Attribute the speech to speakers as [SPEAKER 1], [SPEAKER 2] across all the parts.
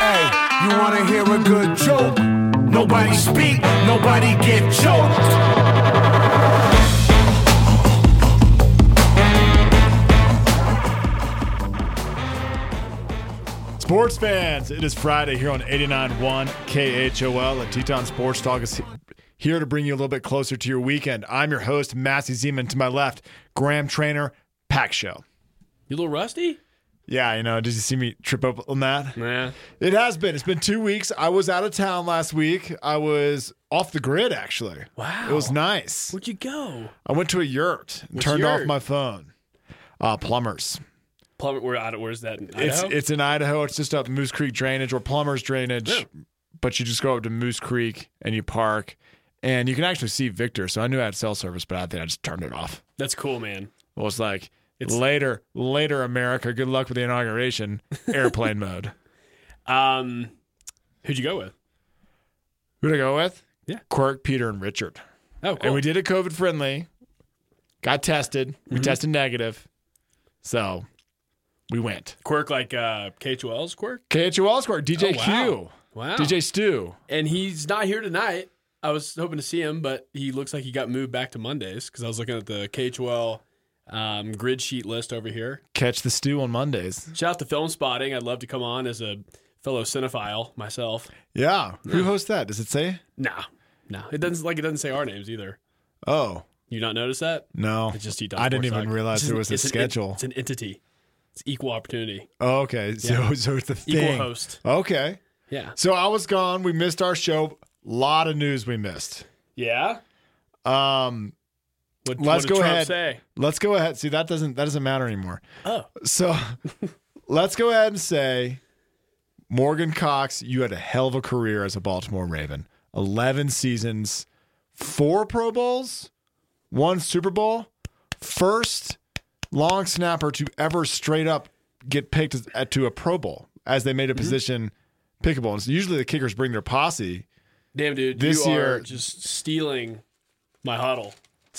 [SPEAKER 1] You wanna hear a good joke? Nobody speak, nobody get choked.
[SPEAKER 2] Sports fans, it is Friday here on 89.1 KHOL, and Teton Sports Talk is he- here to bring you a little bit closer to your weekend. I'm your host, Massey Zeman. To my left, Graham Trainer, Pack Show.
[SPEAKER 3] You a little rusty?
[SPEAKER 2] Yeah, you know, did you see me trip up on that?
[SPEAKER 3] Nah.
[SPEAKER 2] It has been. It's been two weeks. I was out of town last week. I was off the grid, actually.
[SPEAKER 3] Wow.
[SPEAKER 2] It was nice.
[SPEAKER 3] Where'd you go?
[SPEAKER 2] I went to a yurt and turned off
[SPEAKER 3] yurt?
[SPEAKER 2] my phone. Uh, plumbers.
[SPEAKER 3] Plummet, where out where's that? In
[SPEAKER 2] It's
[SPEAKER 3] Idaho?
[SPEAKER 2] it's in Idaho. It's just up Moose Creek Drainage or Plumbers Drainage,
[SPEAKER 3] Yeah.
[SPEAKER 2] but you just go up to Moose Creek and you park, and you can actually see Victor. So I knew I had cell service, but I think I just turned it off.
[SPEAKER 3] That's cool, man.
[SPEAKER 2] It was like
[SPEAKER 3] It's-
[SPEAKER 2] later, later America. Good luck with the inauguration. Airplane mode.
[SPEAKER 3] Um, who'd you go with?
[SPEAKER 2] Who to go with?
[SPEAKER 3] Yeah.
[SPEAKER 2] Quirk, Peter, and Richard.
[SPEAKER 3] Oh, cool.
[SPEAKER 2] And we did it COVID friendly. Got tested.
[SPEAKER 3] Mm-hmm.
[SPEAKER 2] We tested negative, so we went.
[SPEAKER 3] Quirk like uh, KHOL's Quirk.
[SPEAKER 2] KHOL score. DJ
[SPEAKER 3] Oh, wow. Oh.
[SPEAKER 2] Q.
[SPEAKER 3] Wow.
[SPEAKER 2] DJ Stu.
[SPEAKER 3] and he's not here tonight. I was hoping to see him, but he looks like he got moved back to Mondays because I was looking at the KHOL um, grid sheet list over here.
[SPEAKER 2] Catch the stew on Mondays.
[SPEAKER 3] Shout out to Film Spotting. I'd love to come on as a fellow cinephile myself.
[SPEAKER 2] Yeah. Who hosts that? Does it say?
[SPEAKER 3] Nah, nah. It doesn't like it doesn't say our names either.
[SPEAKER 2] Oh,
[SPEAKER 3] You not notice that?
[SPEAKER 2] no.
[SPEAKER 3] It's just he does.
[SPEAKER 2] I didn't even
[SPEAKER 3] Borsak.
[SPEAKER 2] realize
[SPEAKER 3] It's
[SPEAKER 2] there
[SPEAKER 3] an-
[SPEAKER 2] was a
[SPEAKER 3] it's an-
[SPEAKER 2] schedule.
[SPEAKER 3] it's an entity. It's equal opportunity.
[SPEAKER 2] oh, okay. So, so it's a
[SPEAKER 3] Equal
[SPEAKER 2] thing.
[SPEAKER 3] host.
[SPEAKER 2] Okay.
[SPEAKER 3] Yeah.
[SPEAKER 2] So I was gone. We missed our show. Lot of news we missed.
[SPEAKER 3] Yeah.
[SPEAKER 2] Um,
[SPEAKER 3] What,
[SPEAKER 2] Let's
[SPEAKER 3] what did
[SPEAKER 2] go
[SPEAKER 3] Trump
[SPEAKER 2] ahead.
[SPEAKER 3] Say?
[SPEAKER 2] let's go ahead. See, that doesn't that doesn't matter anymore.
[SPEAKER 3] Oh,
[SPEAKER 2] So let's go ahead and say, Morgan Cox, you had a hell of a career as a Baltimore Raven. Eleven seasons, four Pro Bowls, one Super Bowl, first long snapper to ever straight up get picked as- at- to a Pro Bowl as they made a position pickable. And so usually the kickers bring their posse.
[SPEAKER 3] damn, dude!
[SPEAKER 2] This
[SPEAKER 3] you
[SPEAKER 2] year-
[SPEAKER 3] are just stealing my huddle.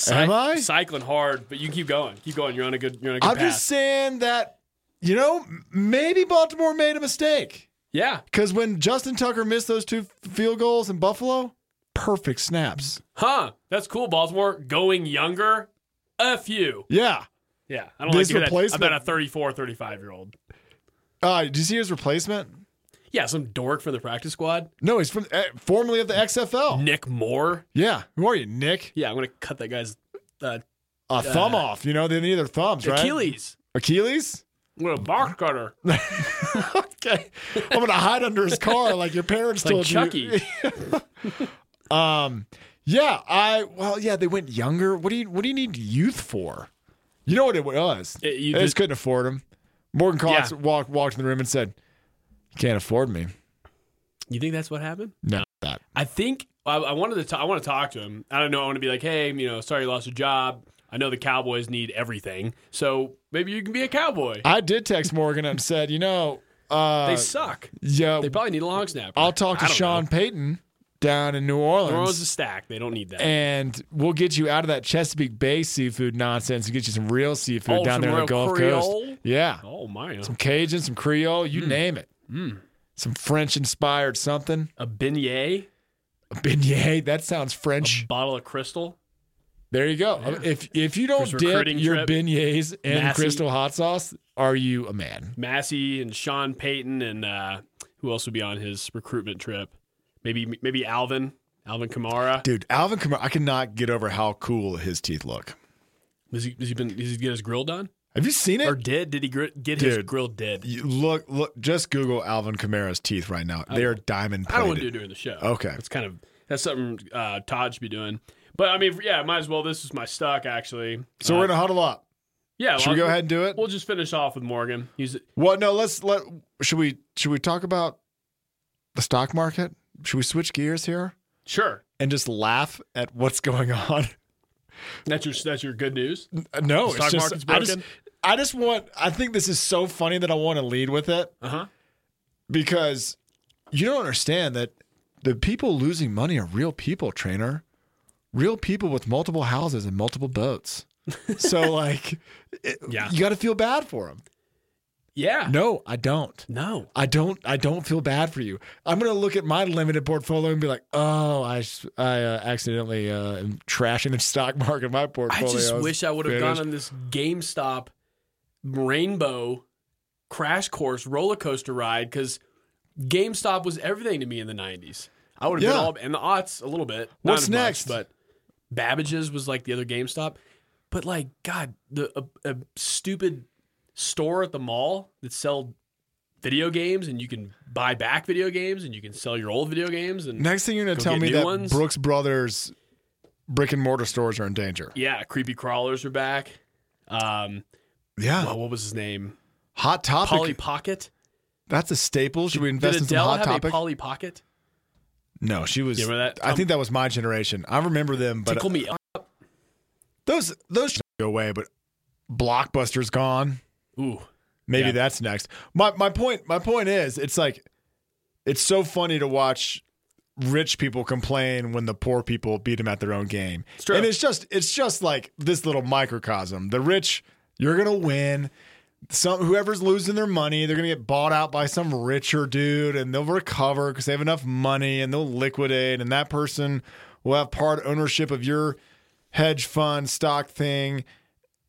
[SPEAKER 2] Am I?
[SPEAKER 3] cycling hard? But you can keep going. Keep going. You're on a good. You're on a good
[SPEAKER 2] I'm
[SPEAKER 3] path.
[SPEAKER 2] just saying that, you know, m- maybe Baltimore made a mistake.
[SPEAKER 3] yeah.
[SPEAKER 2] Because when Justin Tucker missed those two f- field goals in Buffalo, perfect snaps.
[SPEAKER 3] Huh. That's cool. Baltimore going younger. A few.
[SPEAKER 2] Yeah.
[SPEAKER 3] Yeah. I don't
[SPEAKER 2] This
[SPEAKER 3] like to hear that
[SPEAKER 2] replacement-
[SPEAKER 3] about a 34, 35 year old.
[SPEAKER 2] Uh, did you see his replacement?
[SPEAKER 3] Yeah, some dork from the practice squad.
[SPEAKER 2] No, he's from eh, formerly of the XFL.
[SPEAKER 3] Nick Moore.
[SPEAKER 2] Yeah. Who are you, Nick?
[SPEAKER 3] Yeah, I'm gonna cut that guy's uh,
[SPEAKER 2] A thumb off. You know, they need their thumbs, right?
[SPEAKER 3] Achilles.
[SPEAKER 2] Achilles?
[SPEAKER 3] I'm gonna box cutter.
[SPEAKER 2] okay. I'm going to hide under his car like your parents
[SPEAKER 3] Like
[SPEAKER 2] told you.
[SPEAKER 3] Chucky.
[SPEAKER 2] um, yeah. I, well, yeah, they went younger. What do you, what do you need youth for? You know what it was?
[SPEAKER 3] It- you
[SPEAKER 2] they
[SPEAKER 3] just-
[SPEAKER 2] just couldn't afford him. Morgan Cox
[SPEAKER 3] Yeah.
[SPEAKER 2] walked, walked in the room and said, you can't afford me.
[SPEAKER 3] You think that's what happened?
[SPEAKER 2] No, that.
[SPEAKER 3] I think I, I wanted to. ta- I want to talk to him. I don't know. I want to be like, hey, you know, sorry you lost your job. I know the Cowboys need everything, so maybe you can be a cowboy.
[SPEAKER 2] I did text Morgan and said, you know, uh,
[SPEAKER 3] they suck.
[SPEAKER 2] yeah,
[SPEAKER 3] They probably need a long snapper.
[SPEAKER 2] I'll talk to
[SPEAKER 3] I don't
[SPEAKER 2] Sean
[SPEAKER 3] know.
[SPEAKER 2] Payton down in New Orleans,
[SPEAKER 3] Throws a stack. They don't need that.
[SPEAKER 2] and we'll get you out of that Chesapeake Bay seafood nonsense and get you some real seafood
[SPEAKER 3] Oh,
[SPEAKER 2] down
[SPEAKER 3] some
[SPEAKER 2] there on the
[SPEAKER 3] real
[SPEAKER 2] Gulf Coast.
[SPEAKER 3] Creole? Hmm.
[SPEAKER 2] Yeah,
[SPEAKER 3] oh my!
[SPEAKER 2] some Cajun, some Creole, you name it. Some French inspired something.
[SPEAKER 3] A beignet,
[SPEAKER 2] A beignet, that sounds French.
[SPEAKER 3] bottle of crystal.
[SPEAKER 2] there you go. If if you don't
[SPEAKER 3] First
[SPEAKER 2] dip
[SPEAKER 3] recruiting
[SPEAKER 2] your
[SPEAKER 3] trip.
[SPEAKER 2] beignets in
[SPEAKER 3] Massey.
[SPEAKER 2] crystal hot sauce, are you a man?
[SPEAKER 3] Massey and Sean Payton and uh, who else would be on his recruitment trip? Maybe maybe Alvin, Alvin Kamara.
[SPEAKER 2] Dude, Alvin Kamara, I cannot get over how cool his teeth look.
[SPEAKER 3] Has he, has he been? Does he get his grill done?
[SPEAKER 2] Have you seen it?
[SPEAKER 3] Or did? Did he gr- get his
[SPEAKER 2] Dude.
[SPEAKER 3] grill dead?
[SPEAKER 2] You look, look, just Google Alvin Kamara's teeth right now. They are diamond
[SPEAKER 3] I
[SPEAKER 2] plated.
[SPEAKER 3] don't want to do it during the show.
[SPEAKER 2] Okay.
[SPEAKER 3] That's kind of that's something uh, Todd should be doing. But I mean, yeah, might as well. This is my stock actually.
[SPEAKER 2] So
[SPEAKER 3] Uh,
[SPEAKER 2] we're gonna huddle up.
[SPEAKER 3] yeah.
[SPEAKER 2] Should we
[SPEAKER 3] well,
[SPEAKER 2] go ahead and do it?
[SPEAKER 3] We'll just finish off with Morgan. He's
[SPEAKER 2] Well, no. Let's let. Should we? Should we talk about the stock market? Should we switch gears here
[SPEAKER 3] sure.
[SPEAKER 2] and just laugh at what's going on?
[SPEAKER 3] That's your that's your good news.
[SPEAKER 2] No, it's
[SPEAKER 3] stock
[SPEAKER 2] just,
[SPEAKER 3] market's
[SPEAKER 2] I just.
[SPEAKER 3] broken?
[SPEAKER 2] I just want. I think this is so funny that I want to lead with it
[SPEAKER 3] Uh huh.
[SPEAKER 2] because you don't understand that the people losing money are real people, trainer. Real people with multiple houses and multiple boats. So like, it-
[SPEAKER 3] Yeah.
[SPEAKER 2] you got to feel bad for them.
[SPEAKER 3] Yeah.
[SPEAKER 2] No, I don't.
[SPEAKER 3] No.
[SPEAKER 2] I don't. I don't feel bad for you. I'm gonna look at my limited portfolio and be like, "Oh, I, s- I uh, accidentally uh, am trashing the stock market. My
[SPEAKER 3] I
[SPEAKER 2] portfolio."
[SPEAKER 3] just
[SPEAKER 2] is
[SPEAKER 3] wish I would have
[SPEAKER 2] finished."
[SPEAKER 3] gone on this GameStop rainbow crash course roller coaster ride because GameStop was everything to me in the '90s. I would have
[SPEAKER 2] Yeah.
[SPEAKER 3] been all and the aughts a little bit. not
[SPEAKER 2] What's
[SPEAKER 3] as much,
[SPEAKER 2] next?
[SPEAKER 3] but Babbage's was like the other GameStop. But like, God, the a, a stupid store at the mall that sell video games and you can buy back video games and you can sell your old video games and
[SPEAKER 2] Next thing you're gonna
[SPEAKER 3] Go
[SPEAKER 2] tell
[SPEAKER 3] get
[SPEAKER 2] me
[SPEAKER 3] new
[SPEAKER 2] that
[SPEAKER 3] ones?
[SPEAKER 2] Brooks Brothers brick and mortar stores are in danger.
[SPEAKER 3] yeah, creepy crawlers are back. Um,
[SPEAKER 2] Yeah,
[SPEAKER 3] well, what was his name?
[SPEAKER 2] hot topic.
[SPEAKER 3] Polly Pocket.
[SPEAKER 2] That's a staple. Should we
[SPEAKER 3] Did
[SPEAKER 2] invest in some
[SPEAKER 3] Adele
[SPEAKER 2] hot
[SPEAKER 3] have
[SPEAKER 2] topic?
[SPEAKER 3] a Polly Pocket?
[SPEAKER 2] no, she was.
[SPEAKER 3] You remember that?
[SPEAKER 2] I
[SPEAKER 3] Um,
[SPEAKER 2] think that was my generation. I remember them, but uh,
[SPEAKER 3] Tickle me. Up.
[SPEAKER 2] those those should go away. But Blockbuster's gone.
[SPEAKER 3] Ooh,
[SPEAKER 2] Maybe
[SPEAKER 3] Yeah.
[SPEAKER 2] that's next. My my point my point is it's like it's so funny to watch rich people complain when the poor people beat them at their own game.
[SPEAKER 3] true.
[SPEAKER 2] And it's just it's just like this little microcosm. The rich, you're gonna win. Some whoever's losing their money, they're gonna get bought out by some richer dude, and they'll recover because they have enough money, and they'll liquidate, and that person will have part ownership of your hedge fund stock thing,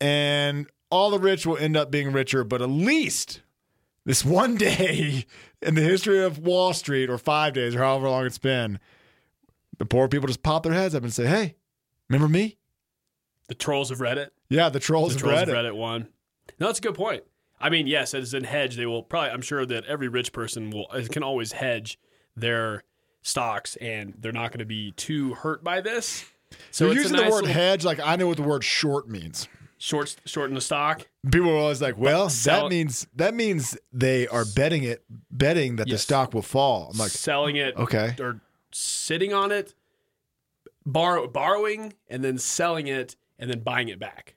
[SPEAKER 2] and all the rich will end up being richer. But at least this one day in the history of Wall Street, or five days, or however long it's been, the poor people just pop their heads up and say, "Hey, remember me?"
[SPEAKER 3] the trolls of Reddit.
[SPEAKER 2] Yeah, the trolls,
[SPEAKER 3] The
[SPEAKER 2] of
[SPEAKER 3] trolls
[SPEAKER 2] Reddit.
[SPEAKER 3] of Reddit one. No, that's a good point. I mean, yes, as in hedge, they will probably. I'm sure that every rich person will can always hedge their stocks, and they're not going to be too hurt by this. So
[SPEAKER 2] You're
[SPEAKER 3] it's a
[SPEAKER 2] using
[SPEAKER 3] nice
[SPEAKER 2] the word
[SPEAKER 3] little
[SPEAKER 2] hedge like I know what the word short means.
[SPEAKER 3] short shorten the stock.
[SPEAKER 2] People are always like, "Well,
[SPEAKER 3] sell-
[SPEAKER 2] that means that means they are betting it, betting that the
[SPEAKER 3] Yes.
[SPEAKER 2] stock will fall." I'm like,
[SPEAKER 3] selling it
[SPEAKER 2] Okay.
[SPEAKER 3] or sitting on it borrow, borrowing and then selling it and then buying it back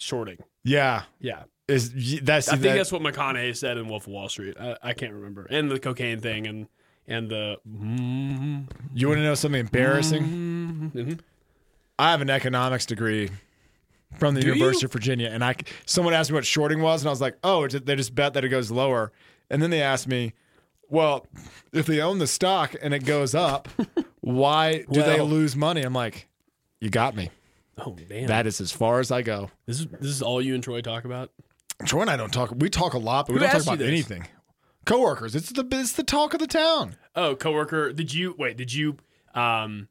[SPEAKER 3] shorting
[SPEAKER 2] "Yeah,
[SPEAKER 3] yeah
[SPEAKER 2] is y- that's
[SPEAKER 3] i think
[SPEAKER 2] that-
[SPEAKER 3] that's what mcconaughey said in wolf of wall street I, I can't remember and the cocaine thing and and the mm,
[SPEAKER 2] you want to know something embarrassing?
[SPEAKER 3] mhm.
[SPEAKER 2] I have an economics degree from the
[SPEAKER 3] Do
[SPEAKER 2] University
[SPEAKER 3] you?
[SPEAKER 2] of Virginia, and I c- someone asked me what shorting was, and I was like, "Oh, it's- they just bet that it goes lower." And then they asked me, "Well, if they own the stock and it goes up, why do they
[SPEAKER 3] Well-
[SPEAKER 2] lose money?" I'm like, "You got me.
[SPEAKER 3] oh man
[SPEAKER 2] That is as far as I go."
[SPEAKER 3] this is this is all you and troy talk about
[SPEAKER 2] Troy and I don't talk. We talk a lot, but we
[SPEAKER 3] Who
[SPEAKER 2] don't talk
[SPEAKER 3] asked you
[SPEAKER 2] about
[SPEAKER 3] this?
[SPEAKER 2] anything. Coworkers, it's the it's the talk of the town.
[SPEAKER 3] oh coworker did you wait did you um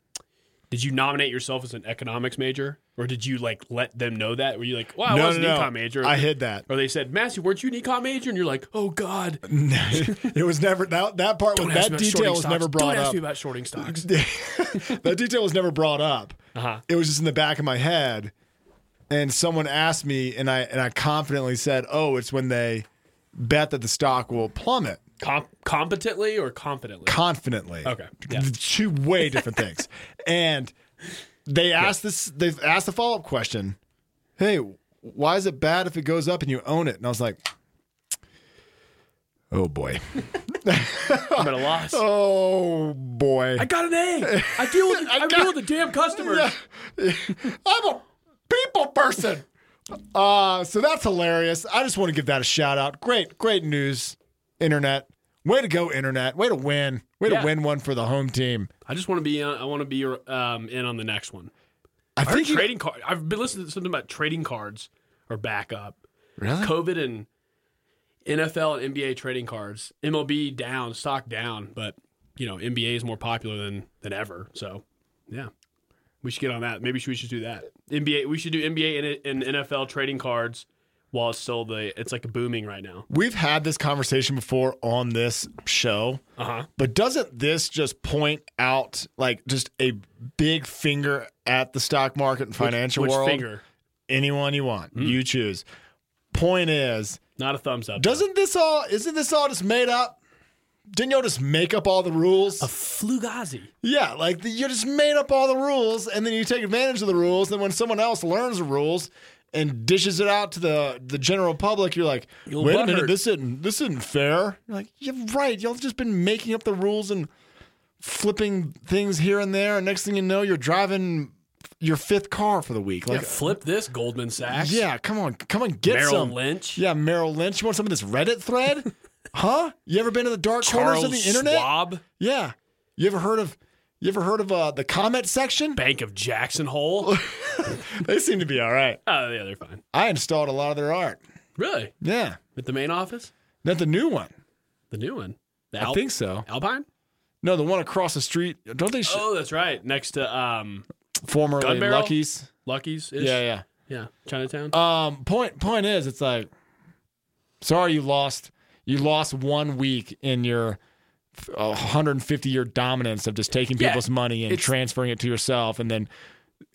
[SPEAKER 3] did you nominate yourself as an economics major or did you like let them know that were you like well i was an econ major
[SPEAKER 2] I hid that.
[SPEAKER 3] Or they said, Massey, weren't you an econ major? And you're like, oh God,
[SPEAKER 2] it was never that that part was
[SPEAKER 3] don't ask
[SPEAKER 2] that
[SPEAKER 3] me about shorting
[SPEAKER 2] detail was
[SPEAKER 3] stocks.
[SPEAKER 2] never brought
[SPEAKER 3] Don't ask
[SPEAKER 2] up.
[SPEAKER 3] me about shorting stocks.
[SPEAKER 2] that detail was never brought up.
[SPEAKER 3] Uh-huh.
[SPEAKER 2] It was just in the back of my head, and someone asked me, and I and I confidently said, "Oh, it's when they bet that the stock will plummet."
[SPEAKER 3] Com- competently or confidently?
[SPEAKER 2] Confidently,
[SPEAKER 3] Okay, yeah.
[SPEAKER 2] two way different things. And they asked this. They've asked the follow up question. Hey, why is it bad if it goes up and you own it? And I was like, "Oh boy,
[SPEAKER 3] I'm at a loss.
[SPEAKER 2] oh boy."
[SPEAKER 3] I got an A. I deal with the, I,
[SPEAKER 2] got-
[SPEAKER 3] deal with the damn customers.
[SPEAKER 2] I'm a people person. Uh, so that's hilarious. I just want to give that a shout out. Great, great news, internet. Way to go, internet. Way to win. Way
[SPEAKER 3] Yeah.
[SPEAKER 2] to win one for the home team.
[SPEAKER 3] I just want to be. on I want to be um, in on the next one.
[SPEAKER 2] I
[SPEAKER 3] I heard
[SPEAKER 2] think you-
[SPEAKER 3] trading card. I've been listening to something about trading cards are back up.
[SPEAKER 2] really.
[SPEAKER 3] COVID and NFL and NBA trading cards. MLB down, stock down, but you know NBA is more popular than than ever. So yeah, we should get on that. Maybe we should do that. NBA. We should do NBA and, and NFL trading cards while it's still the it's like booming right now.
[SPEAKER 2] We've had this conversation before on this show,
[SPEAKER 3] Uh huh.
[SPEAKER 2] but doesn't this just point out like just a big finger at the stock market and financial
[SPEAKER 3] Which
[SPEAKER 2] world?
[SPEAKER 3] finger?
[SPEAKER 2] Anyone you want, you choose. Point is,
[SPEAKER 3] Not a thumbs up.
[SPEAKER 2] Doesn't this all? Isn't this all just made up? Didn't y'all just make up all the rules?
[SPEAKER 3] Flugazi.
[SPEAKER 2] yeah, like the, you just made up all the rules, and then you take advantage of the rules. And when someone else learns the rules and dishes it out to the the general public, you're like,
[SPEAKER 3] You'll
[SPEAKER 2] wait a
[SPEAKER 3] butthurt.
[SPEAKER 2] minute, this isn't this isn't fair. You're like, you're right. Y'all just been making up the rules and flipping things here and there. And next thing you know, you're driving your fifth car for the week.
[SPEAKER 3] Yeah,
[SPEAKER 2] Like,
[SPEAKER 3] flip this Goldman Sachs.
[SPEAKER 2] yeah, come on, come on, get
[SPEAKER 3] Merrill
[SPEAKER 2] some.
[SPEAKER 3] Lynch.
[SPEAKER 2] Yeah, Merrill Lynch. You want some of this Reddit thread? huh? You ever been to the dark corners
[SPEAKER 3] Charles
[SPEAKER 2] of the internet?
[SPEAKER 3] Schwab.
[SPEAKER 2] Yeah. You ever heard of? You ever heard of uh, the comment section?
[SPEAKER 3] Bank of Jackson Hole. oh
[SPEAKER 2] They seem to be all right.
[SPEAKER 3] yeah, they're fine.
[SPEAKER 2] I installed a lot of their art.
[SPEAKER 3] Really?
[SPEAKER 2] Yeah,
[SPEAKER 3] At the main office?
[SPEAKER 2] not the new one.
[SPEAKER 3] The new one. The
[SPEAKER 2] I
[SPEAKER 3] Al-
[SPEAKER 2] think so.
[SPEAKER 3] Alpine?
[SPEAKER 2] No, the one across the street. Don't they? Sh-
[SPEAKER 3] Oh, that's right. Next to um
[SPEAKER 2] formerly
[SPEAKER 3] Gun Barrel?
[SPEAKER 2] Lucky's.
[SPEAKER 3] Lucky's.
[SPEAKER 2] Yeah,
[SPEAKER 3] Yeah. Chinatown.
[SPEAKER 2] yeah. Um, point point is, it's like, sorry, you lost. You lost one week in your 150 year dominance of just taking
[SPEAKER 3] Yeah,
[SPEAKER 2] people's money and
[SPEAKER 3] it's-
[SPEAKER 2] transferring it to yourself, and then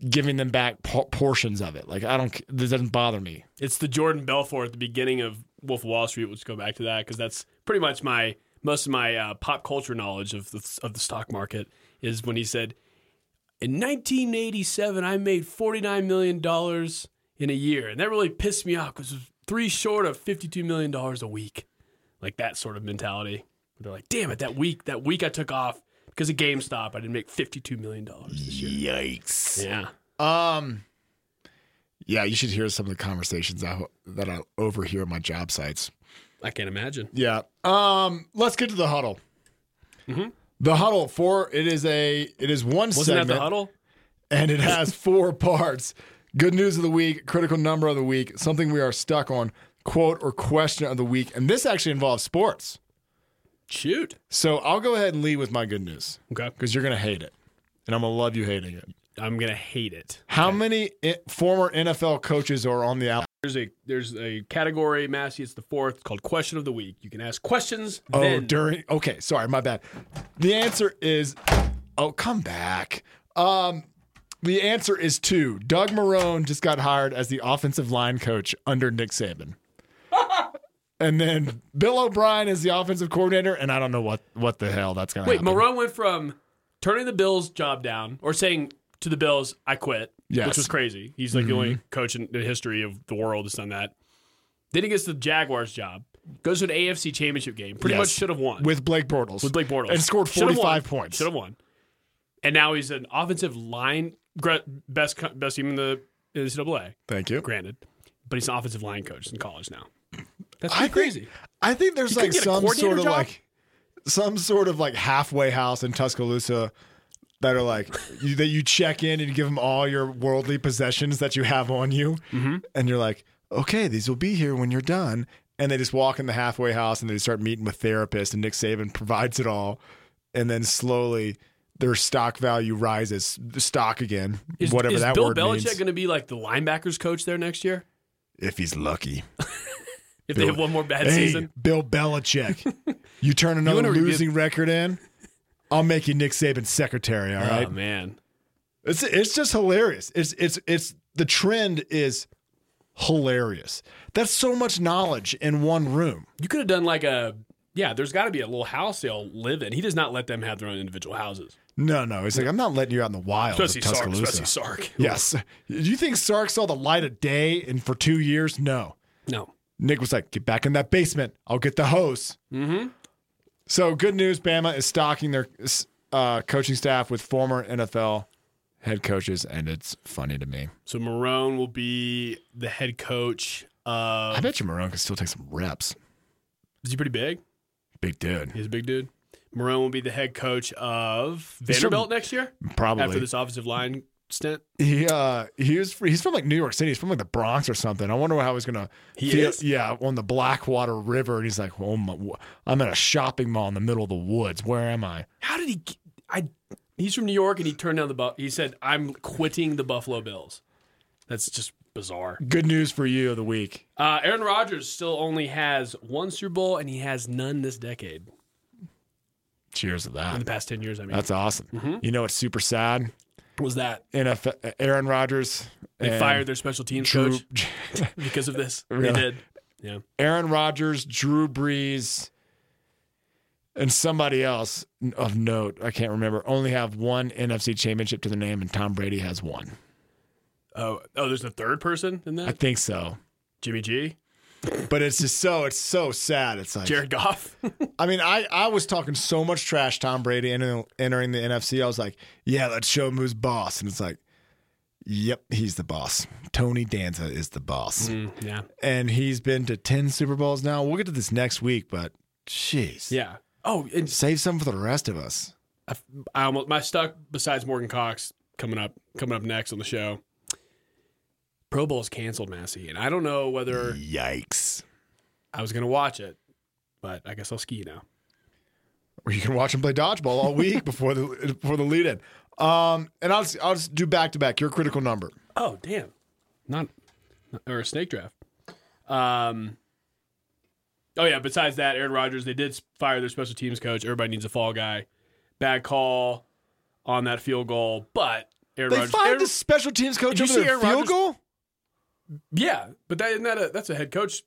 [SPEAKER 2] giving them back por- portions of it. Like I don't. c- This doesn't bother me.
[SPEAKER 3] it's the Jordan Belfort at the beginning of Wolf of Wall Street. Let's go back to that because that's pretty much my most of my uh, pop culture knowledge of the of the stock market is when he said, "In 1987, I made 49 million dollars in a year," and that really pissed me off because it was three short of 52 million dollars a week, like that sort of mentality. They're like, "Damn it, that week that week I took off because of GameStop, I didn't make 52 million dollars this year."
[SPEAKER 2] Yikes.
[SPEAKER 3] Yeah,
[SPEAKER 2] Um. Yeah, you should hear some of the conversations I, that I overhear at my job sites.
[SPEAKER 3] I can't imagine.
[SPEAKER 2] Yeah. Um. Let's get to the huddle. Mm-hmm. The huddle for it is a it is one
[SPEAKER 3] Wasn't
[SPEAKER 2] segment
[SPEAKER 3] that the huddle?
[SPEAKER 2] and it has four parts. Good news of the week, critical number of the week, something we are stuck on, quote or question of the week, and this actually involves sports.
[SPEAKER 3] Shoot.
[SPEAKER 2] So I'll go ahead and lead with my good news
[SPEAKER 3] Okay,
[SPEAKER 2] because you're gonna hate it, and I'm gonna love you hating it.
[SPEAKER 3] I'm gonna hate it.
[SPEAKER 2] How many I- former NFL coaches are on the out?
[SPEAKER 3] There's a there's a category, Massey. It's the fourth it's called question of the week. You can ask questions.
[SPEAKER 2] Oh,
[SPEAKER 3] then.
[SPEAKER 2] during. Okay, sorry, my bad. The answer is. Oh, come back. Um, the answer is two. Doug Marone just got hired as the offensive line coach under Nick Saban. and then Bill O'Brien is the offensive coordinator, and I don't know what what the hell that's gonna
[SPEAKER 3] Wait,
[SPEAKER 2] happen.
[SPEAKER 3] Marone went from turning the Bills job down or saying to the Bills, "I quit,"
[SPEAKER 2] Yes. Mm-hmm.
[SPEAKER 3] which was crazy. He's like the only coach in the history of the world that's done that. Then he gets the Jaguars job, goes to an AFC Championship game, pretty
[SPEAKER 2] Yes.
[SPEAKER 3] much should have won
[SPEAKER 2] with Blake Bortles.
[SPEAKER 3] with Blake Bortles
[SPEAKER 2] and scored forty five points.
[SPEAKER 3] Should have won, and now he's an offensive line gre- best co- best team in the NCAA.
[SPEAKER 2] Thank you.
[SPEAKER 3] Granted, but he's an offensive line coach in college now. That's
[SPEAKER 2] I think-
[SPEAKER 3] pretty crazy.
[SPEAKER 2] I think there's
[SPEAKER 3] couldn't
[SPEAKER 2] like
[SPEAKER 3] get a
[SPEAKER 2] some
[SPEAKER 3] coordinator
[SPEAKER 2] sort of
[SPEAKER 3] job?
[SPEAKER 2] like some sort of like halfway house in Tuscaloosa that are like you, that you check in and you give them all your worldly possessions that you have on you,
[SPEAKER 3] Mm-hmm.
[SPEAKER 2] and you're like, okay, these will be here when you're done, and they just walk in the halfway house and they start meeting with therapists, and Nick Saban provides it all, and then slowly. Their stock value rises, stock again,
[SPEAKER 3] Is,
[SPEAKER 2] whatever
[SPEAKER 3] is
[SPEAKER 2] that
[SPEAKER 3] Bill
[SPEAKER 2] word
[SPEAKER 3] Belichick
[SPEAKER 2] means.
[SPEAKER 3] going to be like the linebackers coach there next year
[SPEAKER 2] if he's lucky,
[SPEAKER 3] if they have one more bad
[SPEAKER 2] Hey,
[SPEAKER 3] season?
[SPEAKER 2] Bill Belichick, you turn another
[SPEAKER 3] wanna review-
[SPEAKER 2] losing record in, I'll make you Nick Saban's secretary. All right,
[SPEAKER 3] Oh man,
[SPEAKER 2] it's it's just hilarious. It's it's it's the trend is hilarious. That's so much knowledge in one room.
[SPEAKER 3] you could have done like a yeah. There's got to be a little house they'll live in. He does not let them have their own individual houses.
[SPEAKER 2] No, no, it's like I'm not letting you out in Oh, the wild, of
[SPEAKER 3] Especially Sark. Especially
[SPEAKER 2] Tuscaloosa.
[SPEAKER 3] Sark.
[SPEAKER 2] Yes, do you think Sark saw the light of day and for two years? No.
[SPEAKER 3] No.
[SPEAKER 2] Nick was like, "Get back in that basement. I'll get the hose."
[SPEAKER 3] Mm-hmm.
[SPEAKER 2] So good news, Bama is stocking their uh, coaching staff with former NFL head coaches, and it's funny to me.
[SPEAKER 3] So Marone will be the head coach.
[SPEAKER 2] I
[SPEAKER 3] Of,
[SPEAKER 2] bet you Marone can still take some reps.
[SPEAKER 3] is he pretty big?
[SPEAKER 2] Big dude,
[SPEAKER 3] He's a big dude. Marone will be the head coach of Vanderbilt next year
[SPEAKER 2] probably.
[SPEAKER 3] after this offensive line stint.
[SPEAKER 2] He uh, he was he's from like New York City. He's from like the Bronx or something. I wonder how he's gonna.
[SPEAKER 3] He
[SPEAKER 2] feel-
[SPEAKER 3] is?
[SPEAKER 2] yeah, on the Blackwater River, and he's like, "Oh my, wh- I'm at a shopping mall in the middle of the woods. Where am I?"
[SPEAKER 3] How did he? g- I. He's from New York, and he turned down the. Bu- he said, "I'm quitting the Buffalo Bills." That's just bizarre.
[SPEAKER 2] Good news for you of the week.
[SPEAKER 3] Uh, Aaron Rodgers still only has one Super Bowl, and he has none this decade.
[SPEAKER 2] Cheers to
[SPEAKER 3] In
[SPEAKER 2] that.
[SPEAKER 3] the past ten years, I mean,
[SPEAKER 2] That's awesome.
[SPEAKER 3] Mm-hmm.
[SPEAKER 2] You know what's super sad?
[SPEAKER 3] was that
[SPEAKER 2] NFL, Aaron Rodgers.
[SPEAKER 3] they
[SPEAKER 2] and
[SPEAKER 3] fired their special teams
[SPEAKER 2] Drew,
[SPEAKER 3] coach because of this?
[SPEAKER 2] Really?
[SPEAKER 3] They did. Yeah,
[SPEAKER 2] Aaron Rodgers, Drew Brees, and somebody else of note, I can't remember, only have one NFC championship to their name, and Tom Brady has one.
[SPEAKER 3] Oh, oh, there's a third person in
[SPEAKER 2] I
[SPEAKER 3] that.
[SPEAKER 2] think so.
[SPEAKER 3] Jimmy G,
[SPEAKER 2] But it's just so it's so sad. It's like
[SPEAKER 3] Jared Goff.
[SPEAKER 2] I mean, I, I was talking so much trash Tom Brady entering, entering the NFC. I was like, yeah, let's show him who's boss. And it's like, Yep, he's the boss. Tony Danza is the boss.
[SPEAKER 3] Mm, yeah.
[SPEAKER 2] And he's been to 10 Super Bowls now. We'll get to this next week, but jeez.
[SPEAKER 3] Yeah. Oh, and
[SPEAKER 2] Save some for the rest of us.
[SPEAKER 3] I, I almost my stuck besides Morgan Cox coming up coming up next on the show. Pro Bowl's canceled, Massey, and I don't know whether
[SPEAKER 2] Yikes.
[SPEAKER 3] I was going to watch it, but I guess I'll ski now.
[SPEAKER 2] Or you can watch him play dodgeball all week before the before the lead in. Um, and I'll just, I'll just do back to back. Your critical number.
[SPEAKER 3] Oh, damn. Not, not- or a snake draft. Um Oh yeah, besides that, Aaron Rodgers, they did fire their special teams coach. Everybody needs a fall guy. Bad call on that field goal, but Aaron
[SPEAKER 2] They
[SPEAKER 3] Rodgers
[SPEAKER 2] fired
[SPEAKER 3] Aaron-
[SPEAKER 2] the special teams coach
[SPEAKER 3] Did you
[SPEAKER 2] over
[SPEAKER 3] see
[SPEAKER 2] their
[SPEAKER 3] Aaron
[SPEAKER 2] field
[SPEAKER 3] Rodgers-
[SPEAKER 2] goal.
[SPEAKER 3] Yeah, but that isn't that a that's a head coach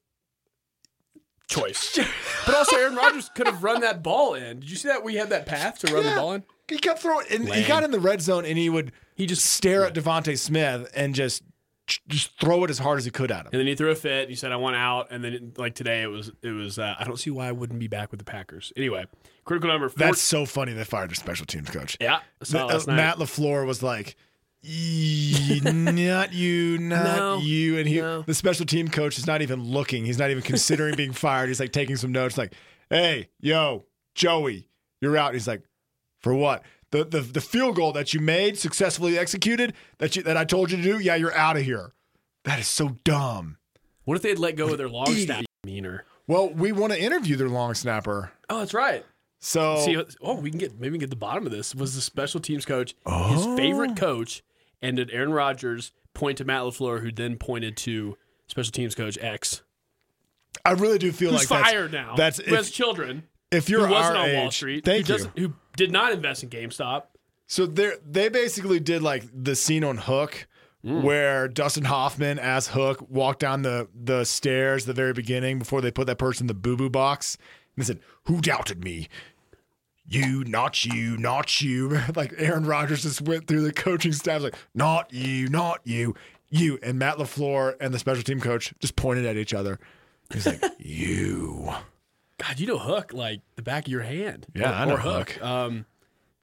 [SPEAKER 3] choice. but also Aaron Rodgers could have run that ball in. Did you see that we had that path to run the
[SPEAKER 2] Yeah.
[SPEAKER 3] ball in?
[SPEAKER 2] He kept throwing. And he
[SPEAKER 3] Lame.
[SPEAKER 2] got in the red zone, and he would
[SPEAKER 3] He just
[SPEAKER 2] stare at Devonte Smith and just just throw it as hard as he could at him.
[SPEAKER 3] And then he threw a fit. He said, "I want out." And then, like today, it was it was. Uh, I don't see why I wouldn't be back with the Packers. Anyway, critical number four.
[SPEAKER 2] That's so funny. They fired their special teams coach.
[SPEAKER 3] yeah. I saw it
[SPEAKER 2] Uh,
[SPEAKER 3] last night.
[SPEAKER 2] Matt Lafleur was like, "Ee, "Not you, not
[SPEAKER 3] No,
[SPEAKER 2] you," and he,
[SPEAKER 3] no.
[SPEAKER 2] the special team coach, is not even looking. He's not even considering being fired. He's like taking some notes, like, "Hey, yo, Joey, you're out." He's like, "For what?" The, the, the field goal that you made successfully executed that you that I told you to do yeah you're out of here that is so dumb
[SPEAKER 3] what if they'd let go of their long
[SPEAKER 2] Idiot.
[SPEAKER 3] snap meaner?
[SPEAKER 2] well we want to interview their long snapper
[SPEAKER 3] Oh, that's right.
[SPEAKER 2] so
[SPEAKER 3] See, oh, we can get maybe we can get the bottom of this. Was the special teams coach
[SPEAKER 2] Oh.
[SPEAKER 3] his favorite coach? And did Aaron Rodgers point to Matt Lafleur, who then pointed to special teams coach X,
[SPEAKER 2] I really do feel
[SPEAKER 3] who's
[SPEAKER 2] like that's-
[SPEAKER 3] fired now?
[SPEAKER 2] that's
[SPEAKER 3] who has
[SPEAKER 2] if,
[SPEAKER 3] children.
[SPEAKER 2] if
[SPEAKER 3] Who
[SPEAKER 2] you're
[SPEAKER 3] wasn't
[SPEAKER 2] our
[SPEAKER 3] on Wall
[SPEAKER 2] age-
[SPEAKER 3] Street?
[SPEAKER 2] thank
[SPEAKER 3] who
[SPEAKER 2] you
[SPEAKER 3] doesn't- Who did not invest in GameStop?
[SPEAKER 2] So they they basically did like the scene on Hook where Dustin Hoffman as Hook walked down the the stairs at the very beginning before they put that person in the boo boo box and they said, "Who doubted me?" You, not you, not you. Like Aaron Rodgers just went through the coaching staff, like, not you, not you, you. And Matt LaFleur and the special team coach just pointed at each other. He's like, you.
[SPEAKER 3] God, you know Hook like the back of your hand.
[SPEAKER 2] Yeah,
[SPEAKER 3] or,
[SPEAKER 2] I know
[SPEAKER 3] or Hook.
[SPEAKER 2] Hook.
[SPEAKER 3] Um,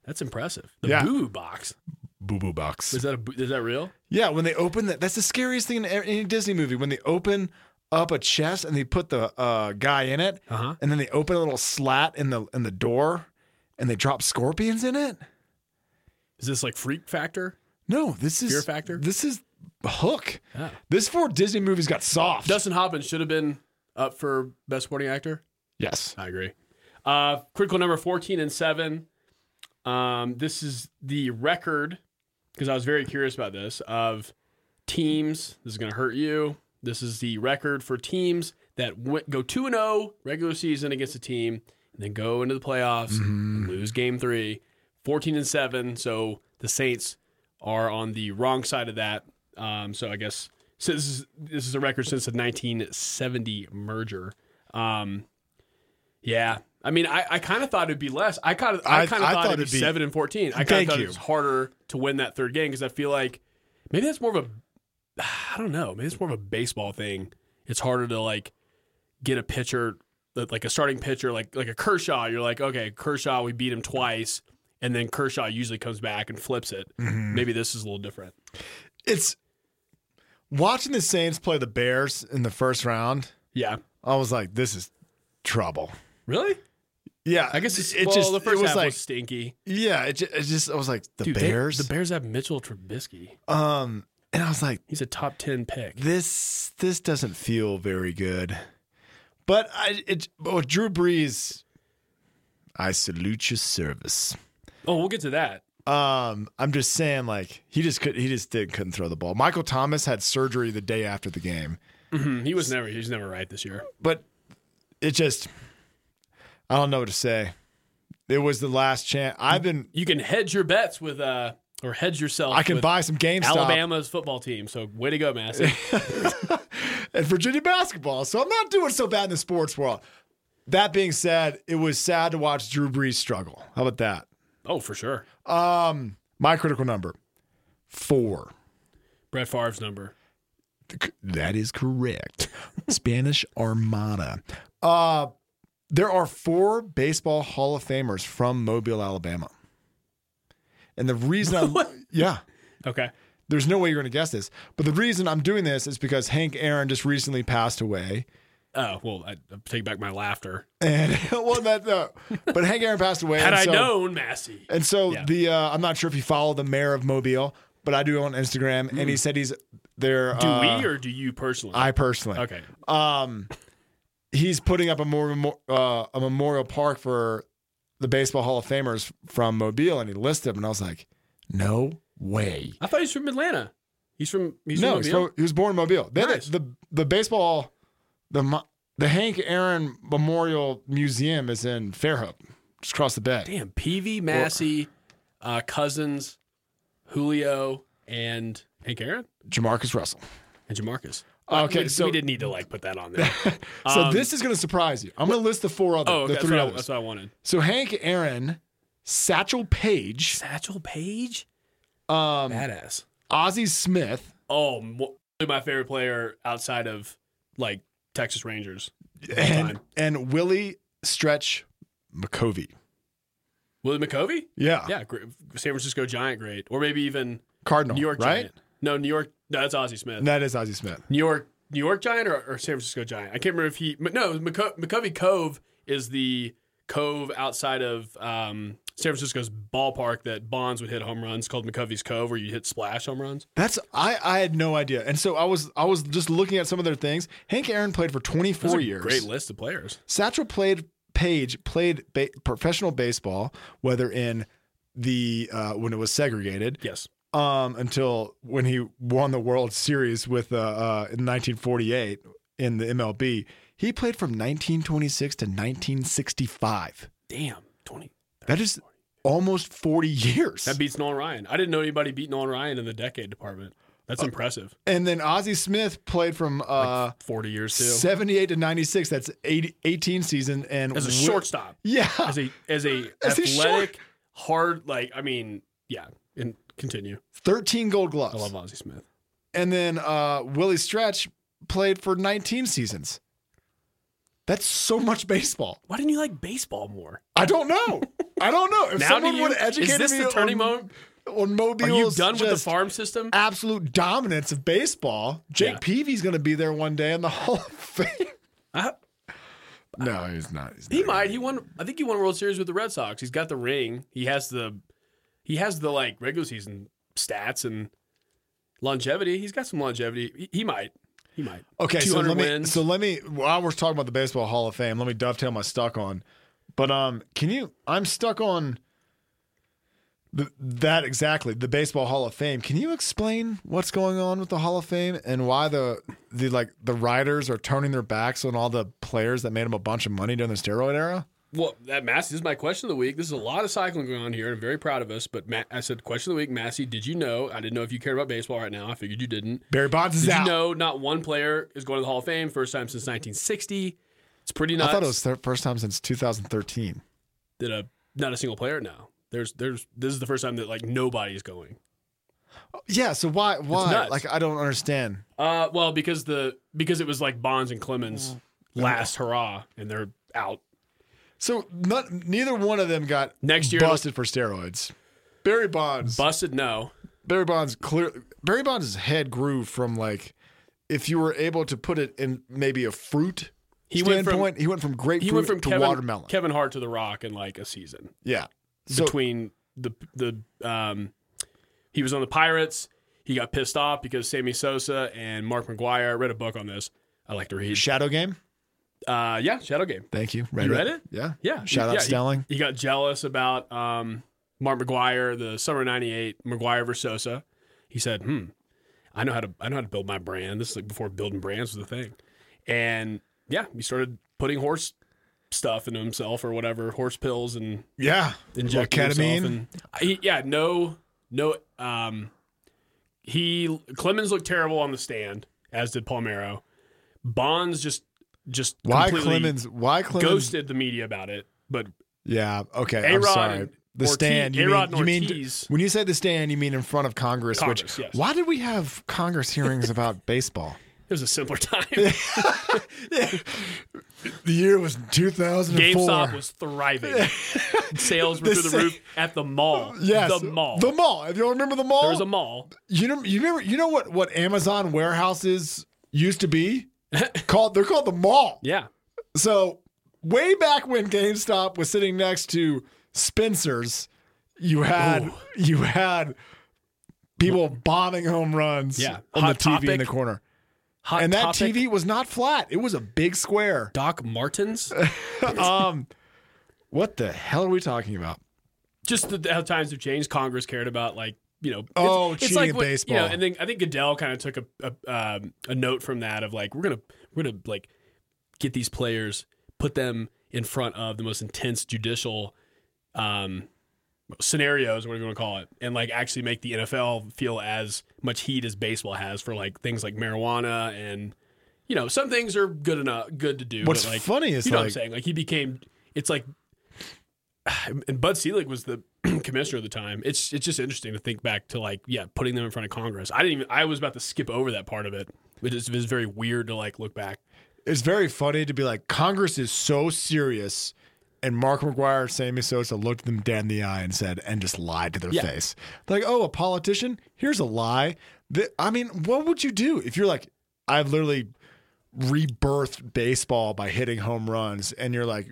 [SPEAKER 3] that's impressive. The
[SPEAKER 2] Yeah.
[SPEAKER 3] boo box
[SPEAKER 2] Boo boo box.
[SPEAKER 3] is that a, boo- is that real?
[SPEAKER 2] Yeah, when they open that, that's the scariest thing in every- any Disney movie. When they open up a chest and they put the uh, guy in it,
[SPEAKER 3] Uh-huh.
[SPEAKER 2] and then they open a little slat in the in the door, and they drop scorpions in it.
[SPEAKER 3] Is this like Freak Factor?
[SPEAKER 2] No, this is
[SPEAKER 3] Fear factor?
[SPEAKER 2] This is Hook.
[SPEAKER 3] Yeah.
[SPEAKER 2] This four Disney movies got soft.
[SPEAKER 3] Dustin Hoffman should have been up for best supporting actor.
[SPEAKER 2] yes,
[SPEAKER 3] I agree. Uh, critical number fourteen and seven. Um, this is the record because I was very curious about this of teams. This is going to hurt you. This is the record for teams that went, go two and zero regular season against a team, and then go into the playoffs
[SPEAKER 2] Mm-hmm.
[SPEAKER 3] and lose game three. 14 and seven. So the Saints are on the wrong side of that. Um, so I guess so this is this is a record since the 1970 merger. Um, yeah. I mean, I, I kind of thought it'd be less. I kind of I,
[SPEAKER 2] I-
[SPEAKER 3] kind of
[SPEAKER 2] I
[SPEAKER 3] thought,
[SPEAKER 2] thought
[SPEAKER 3] it'd
[SPEAKER 2] it'd
[SPEAKER 3] be
[SPEAKER 2] be-
[SPEAKER 3] seven and fourteen. I kind
[SPEAKER 2] Thank
[SPEAKER 3] of thought it
[SPEAKER 2] you.
[SPEAKER 3] was harder to win that third game because I feel like maybe that's more of a I don't know. Maybe it's more of a baseball thing. It's harder to like get a pitcher that- like a starting pitcher like like a Kershaw. You're like okay, Kershaw, we beat him twice, and then Kershaw usually comes back and flips it. Maybe this is a little different.
[SPEAKER 2] it's watching the Saints play the Bears in the first round.
[SPEAKER 3] Yeah,
[SPEAKER 2] I was like, this is trouble.
[SPEAKER 3] really.
[SPEAKER 2] Yeah,
[SPEAKER 3] I guess it's,
[SPEAKER 2] it
[SPEAKER 3] well,
[SPEAKER 2] just
[SPEAKER 3] the first
[SPEAKER 2] it was
[SPEAKER 3] half
[SPEAKER 2] like
[SPEAKER 3] was stinky.
[SPEAKER 2] yeah, it just, it just I was like the
[SPEAKER 3] Dude, they-
[SPEAKER 2] Bears,
[SPEAKER 3] the Bears have Mitchell Trubisky.
[SPEAKER 2] um, and I was like.
[SPEAKER 3] He's a top ten pick.
[SPEAKER 2] this this doesn't feel very good. But I it but with Drew Brees, I salute your service.
[SPEAKER 3] Oh, we'll get to that.
[SPEAKER 2] Um, I'm just saying, like he just could he just did couldn't throw the ball. Michael Thomas had surgery the day after the game,
[SPEAKER 3] Hmm, He was never. He's never right this year.
[SPEAKER 2] but it just I don't know what to say. It was the last chance. I've been
[SPEAKER 3] You can hedge your bets with uh or hedge yourself.
[SPEAKER 2] I can
[SPEAKER 3] with
[SPEAKER 2] buy some GameStop
[SPEAKER 3] Alabama's football team. So way to go, Massey.
[SPEAKER 2] and Virginia basketball, so I'm not doing so bad in the sports world. That being said, it was sad to watch Drew Brees struggle. How about that?
[SPEAKER 3] oh, for sure.
[SPEAKER 2] Um, my critical number four.
[SPEAKER 3] Brett Favre's number.
[SPEAKER 2] That is correct. Spanish Armada. Uh, there are four baseball Hall of Famers from Mobile, Alabama. And the reason I, yeah,
[SPEAKER 3] Okay.
[SPEAKER 2] There's no way you're going to guess this. But the reason I'm doing this is because Hank Aaron just recently passed away.
[SPEAKER 3] Oh well, I, I take back my laughter.
[SPEAKER 2] And well, that no. but Hank Aaron passed away.
[SPEAKER 3] Had
[SPEAKER 2] and
[SPEAKER 3] I
[SPEAKER 2] so-
[SPEAKER 3] known Massey,
[SPEAKER 2] And so
[SPEAKER 3] Yeah.
[SPEAKER 2] the uh, I'm not sure if you follow the mayor of Mobile, but I do on Instagram, and he said he's there.
[SPEAKER 3] Hmm. do we or do you personally?
[SPEAKER 2] Uh, I personally.
[SPEAKER 3] okay,
[SPEAKER 2] Um, he's putting up a more uh, a memorial park for the baseball Hall of Famers from Mobile, and he listed them, and I was like, no way.
[SPEAKER 3] I thought he's from Atlanta. He's from he's
[SPEAKER 2] no,
[SPEAKER 3] from
[SPEAKER 2] he's
[SPEAKER 3] Mobile?
[SPEAKER 2] from- he was born in Mobile. Then
[SPEAKER 3] Nice.
[SPEAKER 2] the, the the baseball the mo- the Hank Aaron Memorial Museum is in Fairhope, just across the bay.
[SPEAKER 3] Damn, PV Massey, uh, Cousins, Julio, and Hank Aaron
[SPEAKER 2] Jamarcus Russell.
[SPEAKER 3] and Jamarcus. Uh,
[SPEAKER 2] Okay,
[SPEAKER 3] we,
[SPEAKER 2] so
[SPEAKER 3] we did need to like put that on there.
[SPEAKER 2] So
[SPEAKER 3] Um,
[SPEAKER 2] this is going to surprise you. I'm going to list the four other,
[SPEAKER 3] Oh,
[SPEAKER 2] the
[SPEAKER 3] that's,
[SPEAKER 2] three
[SPEAKER 3] what I,
[SPEAKER 2] others.
[SPEAKER 3] that's what I wanted.
[SPEAKER 2] So Hank Aaron, Satchel Paige,
[SPEAKER 3] Satchel Paige,
[SPEAKER 2] um,
[SPEAKER 3] badass.
[SPEAKER 2] Ozzie Smith,
[SPEAKER 3] Oh, mo- my favorite player outside of like Texas Rangers.
[SPEAKER 2] and
[SPEAKER 3] Fine.
[SPEAKER 2] and Willie Stretch McCovey.
[SPEAKER 3] Willie McCovey?
[SPEAKER 2] Yeah,
[SPEAKER 3] Yeah, great. San Francisco Giant great, or maybe even
[SPEAKER 2] Cardinal.
[SPEAKER 3] New York
[SPEAKER 2] right?
[SPEAKER 3] Giant. No, New York. Oh, No, that's Ozzie Smith.
[SPEAKER 2] And That is Ozzie Smith.
[SPEAKER 3] New York, New York Giant or, or San Francisco Giant. I can't remember if he. but No, McCo- McCovey Cove is the cove outside of um, San Francisco's ballpark that Bonds would hit home runs called McCovey's Cove, where you hit splash home runs.
[SPEAKER 2] That's I. I had no idea, and so I was I was just looking at some of their things. Hank Aaron played for 24
[SPEAKER 3] That's a
[SPEAKER 2] years.
[SPEAKER 3] Great list of players.
[SPEAKER 2] Satchel played Page played ba- professional baseball, whether in the uh, when it was segregated,
[SPEAKER 3] Yes.
[SPEAKER 2] um, until when he won the World Series with uh, uh, in 1948 in the MLB. He played from 1926 to 1965.
[SPEAKER 3] Damn. Twenty.
[SPEAKER 2] That is almost 40 years.
[SPEAKER 3] That beats Nolan Ryan. I didn't know anybody beat Nolan Ryan in the decade department. That's impressive.
[SPEAKER 2] and then Ozzie Smith played from uh,
[SPEAKER 3] Forty years too.
[SPEAKER 2] 78 to 96. That's 80, 18 season. And
[SPEAKER 3] As a
[SPEAKER 2] wi-
[SPEAKER 3] shortstop.
[SPEAKER 2] yeah,
[SPEAKER 3] As a as a
[SPEAKER 2] As he's short.
[SPEAKER 3] athletic, hard like I mean, yeah. And continue.
[SPEAKER 2] 13 Gold Gloves.
[SPEAKER 3] I love Ozzie Smith.
[SPEAKER 2] And then uh, Willie Stretch played for 19 seasons. That's so much baseball.
[SPEAKER 3] Why didn't you like baseball more?
[SPEAKER 2] I don't know. I don't know. If
[SPEAKER 3] Now do
[SPEAKER 2] someone
[SPEAKER 3] you-
[SPEAKER 2] would educate
[SPEAKER 3] is this
[SPEAKER 2] me
[SPEAKER 3] the turning
[SPEAKER 2] on,
[SPEAKER 3] moment?
[SPEAKER 2] on Mobile's
[SPEAKER 3] Are you done with the
[SPEAKER 2] just
[SPEAKER 3] farm system?
[SPEAKER 2] absolute dominance of baseball, Jake
[SPEAKER 3] Yeah.
[SPEAKER 2] Peavy's going to be there one day in the Hall of Fame.
[SPEAKER 3] I-
[SPEAKER 2] No, he's not. He's
[SPEAKER 3] he
[SPEAKER 2] not.
[SPEAKER 3] might. He won. I think he won World Series with the Red Sox. He's got the ring. He has the, he has the like regular season stats and longevity. He's got some longevity. He, he might. He might.
[SPEAKER 2] Okay, so
[SPEAKER 3] 200
[SPEAKER 2] let me.
[SPEAKER 3] wins.
[SPEAKER 2] So let me. While we're talking about the baseball Hall of Fame, let me dovetail my stuck on. But um, can you? I'm stuck on. The, that exactly the baseball Hall of Fame. Can you explain what's going on with the Hall of Fame and why the the like the writers are turning their backs on all the players that made them a bunch of money during the steroid era?
[SPEAKER 3] Well, that Massey this is my question of the week. This is a lot of cycling going on here, and I'm very proud of us. But Ma- I said, question of the week, Massey. Did you know? I didn't know if you cared about baseball right now. I figured you didn't.
[SPEAKER 2] Barry Bonds is
[SPEAKER 3] Did
[SPEAKER 2] out.
[SPEAKER 3] you know not one player is going to the Hall of Fame? First time since 1960. It's pretty nuts.
[SPEAKER 2] I thought it was the first time since 2013.
[SPEAKER 3] that a not a single player now. There's there's this is the first time that like nobody's going.
[SPEAKER 2] Yeah, so why why
[SPEAKER 3] nuts.
[SPEAKER 2] like I don't understand.
[SPEAKER 3] Uh, well, because the because it was like Bonds and Clemens last hurrah, and they're out
[SPEAKER 2] So not, neither one of them got
[SPEAKER 3] next year.
[SPEAKER 2] busted for steroids. Barry Bonds.
[SPEAKER 3] Busted, no.
[SPEAKER 2] Barry Bonds clear. Barry Bonds' head grew from like, if you were able to put it in maybe a fruit
[SPEAKER 3] He went
[SPEAKER 2] standpoint,
[SPEAKER 3] from
[SPEAKER 2] he went from grapefruit
[SPEAKER 3] he went from
[SPEAKER 2] to
[SPEAKER 3] Kevin,
[SPEAKER 2] watermelon.
[SPEAKER 3] Kevin Hart to The Rock in like a season
[SPEAKER 2] yeah. So
[SPEAKER 3] between the the um, he was on the Pirates. He got pissed off because Sammy Sosa and Mark McGuire. I read a book on this. I like to read.
[SPEAKER 2] shadow game.
[SPEAKER 3] Uh, yeah, Shadow Game.
[SPEAKER 2] Thank you.
[SPEAKER 3] You read it?
[SPEAKER 2] Yeah.
[SPEAKER 3] Yeah.
[SPEAKER 2] Shout out
[SPEAKER 3] yeah, he-
[SPEAKER 2] Stelling.
[SPEAKER 3] He, got jealous about um, Mark McGuire, the summer '98 McGuire versus Sosa. He said, "Hmm, I know how to I know how to build my brand. This is like before building brands was a thing." And yeah, he started putting horse stuff into himself or whatever, horse pills and
[SPEAKER 2] Yeah.
[SPEAKER 3] injecting
[SPEAKER 2] ketamine.
[SPEAKER 3] himself. And he, yeah, no, no. Um, he Clemens looked terrible on the stand, as did Palmero. Bonds just just
[SPEAKER 2] why
[SPEAKER 3] completely
[SPEAKER 2] Clemens? Why Clemens?
[SPEAKER 3] ghosted the media about it, but
[SPEAKER 2] Yeah. Okay. I'm
[SPEAKER 3] A-Rod
[SPEAKER 2] sorry.
[SPEAKER 3] and
[SPEAKER 2] The
[SPEAKER 3] Ortiz-
[SPEAKER 2] stand. You
[SPEAKER 3] A-Rod
[SPEAKER 2] mean,
[SPEAKER 3] and
[SPEAKER 2] you mean-
[SPEAKER 3] Ortiz.
[SPEAKER 2] when you say the stand, you mean in front of Congress.
[SPEAKER 3] Congress,
[SPEAKER 2] which
[SPEAKER 3] yes.
[SPEAKER 2] why did we have Congress hearings about baseball?
[SPEAKER 3] was a simpler time.
[SPEAKER 2] The year was 2004.
[SPEAKER 3] GameStop was thriving. Sales were
[SPEAKER 2] The
[SPEAKER 3] through the
[SPEAKER 2] same-
[SPEAKER 3] roof at the mall.
[SPEAKER 2] yes,
[SPEAKER 3] The mall.
[SPEAKER 2] The mall. If you all remember the mall,
[SPEAKER 3] there was a mall.
[SPEAKER 2] you know, you remember, you know what what Amazon warehouses used to be called? They're called the mall.
[SPEAKER 3] Yeah.
[SPEAKER 2] So way back when GameStop was sitting next to Spencer's, you had
[SPEAKER 3] Oh.
[SPEAKER 2] you had people bombing home runs
[SPEAKER 3] Yeah.
[SPEAKER 2] on
[SPEAKER 3] Hot
[SPEAKER 2] the TV in
[SPEAKER 3] Topic.
[SPEAKER 2] the corner.
[SPEAKER 3] Hot
[SPEAKER 2] And that
[SPEAKER 3] Topic,
[SPEAKER 2] TV was not flat. It was a big square.
[SPEAKER 3] Doc Martens.
[SPEAKER 2] Um what the hell are we talking about?
[SPEAKER 3] Just the, how times have changed. Congress cared about like you know. It's,
[SPEAKER 2] Oh, cheating in
[SPEAKER 3] what- you know,
[SPEAKER 2] baseball.
[SPEAKER 3] and then I think Goodell kind of took a a, um, a note from that of like we're gonna we're gonna like get these players, put them in front of the most intense judicial. Um, scenarios, whatever you want to call it, and like actually make the NFL feel as much heat as baseball has for like things like marijuana and you know some things are good enough good to do.
[SPEAKER 2] What's
[SPEAKER 3] but, like,
[SPEAKER 2] funny is,
[SPEAKER 3] you know what I'm
[SPEAKER 2] like-
[SPEAKER 3] saying like he became it's like and Bud Selig was the commissioner at the time. It's it's just interesting to think back to like yeah putting them in front of Congress. I didn't even I was about to skip over that part of it. It is, it is very weird to like look back.
[SPEAKER 2] It's very funny to be like Congress is so serious and Mark McGuire and Sammy Sosa looked them dead in the eye and said and just lied to their
[SPEAKER 3] Yeah.
[SPEAKER 2] face. Like, "Oh, a politician? Here's a lie." Th- I mean, what would you do if you're like I've literally rebirthed baseball by hitting home runs and you're like,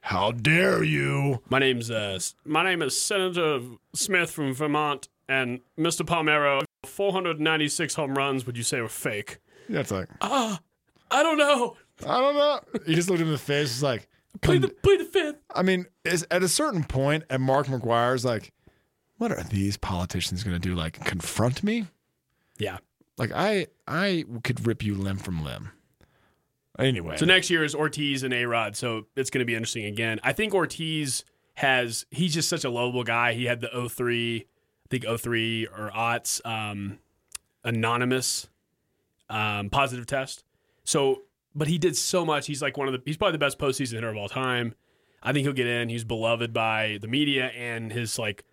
[SPEAKER 2] "How dare you?"
[SPEAKER 3] My name's uh, S- my name is Senator Smith from Vermont, and Mr. Palmero. 496 home runs. Would you say were fake?
[SPEAKER 2] Yeah, it's like,
[SPEAKER 3] Ah, I don't know.
[SPEAKER 2] I don't know. He just looked him in the face. It's like,
[SPEAKER 3] Play the play the fifth.
[SPEAKER 2] I mean, is, at a certain point, and Mark McGuire's like, what are these politicians going to do? Like, confront me?
[SPEAKER 3] Yeah.
[SPEAKER 2] Like, I I could rip you limb from limb. Anyway,
[SPEAKER 3] So next year is Ortiz and A Rod. So it's going to be interesting again. I think Ortiz has he's just such a lovable guy. He had the 03, I think 03 or OTS um, anonymous um, positive test. So, but he did so much. He's like one of the he's probably the best postseason hitter of all time. I think he'll get in. He's beloved by the media and his like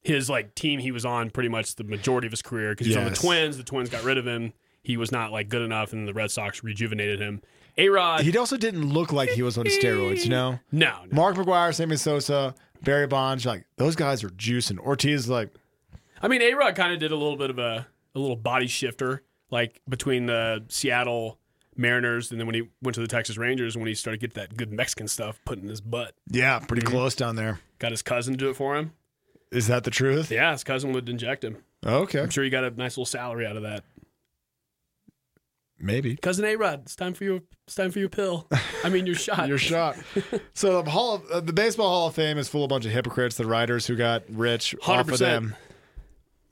[SPEAKER 3] his like team he was on pretty much the majority of his career because he was on the
[SPEAKER 2] Yes.
[SPEAKER 3] Twins. The Twins got rid of him. He was not like good enough, and the Red Sox rejuvenated him. A Rod,
[SPEAKER 2] he also didn't look like he was on steroids, you know?
[SPEAKER 3] no, no.
[SPEAKER 2] Mark McGuire, Sammy Sosa, Barry Bonds, like, those guys are juicing. Ortiz, is like,
[SPEAKER 3] I mean, A Rod kind of did a little bit of a a little body shifter, like between the Seattle Mariners and then when he went to the Texas Rangers when he started to get that good Mexican stuff put in his butt.
[SPEAKER 2] yeah, pretty close down there.
[SPEAKER 3] Got his cousin to do it for him.
[SPEAKER 2] Is that the truth?
[SPEAKER 3] Yeah, his cousin would inject him.
[SPEAKER 2] Okay,
[SPEAKER 3] I'm sure he got a nice little salary out of that.
[SPEAKER 2] maybe.
[SPEAKER 3] Cousin A Rod, it's time for your it's time for your pill. I mean your shot.
[SPEAKER 2] You're shocked. so the hall, of, uh, the baseball Hall of Fame is full of a bunch of hypocrites. The writers who got rich off of
[SPEAKER 3] 100%.
[SPEAKER 2] them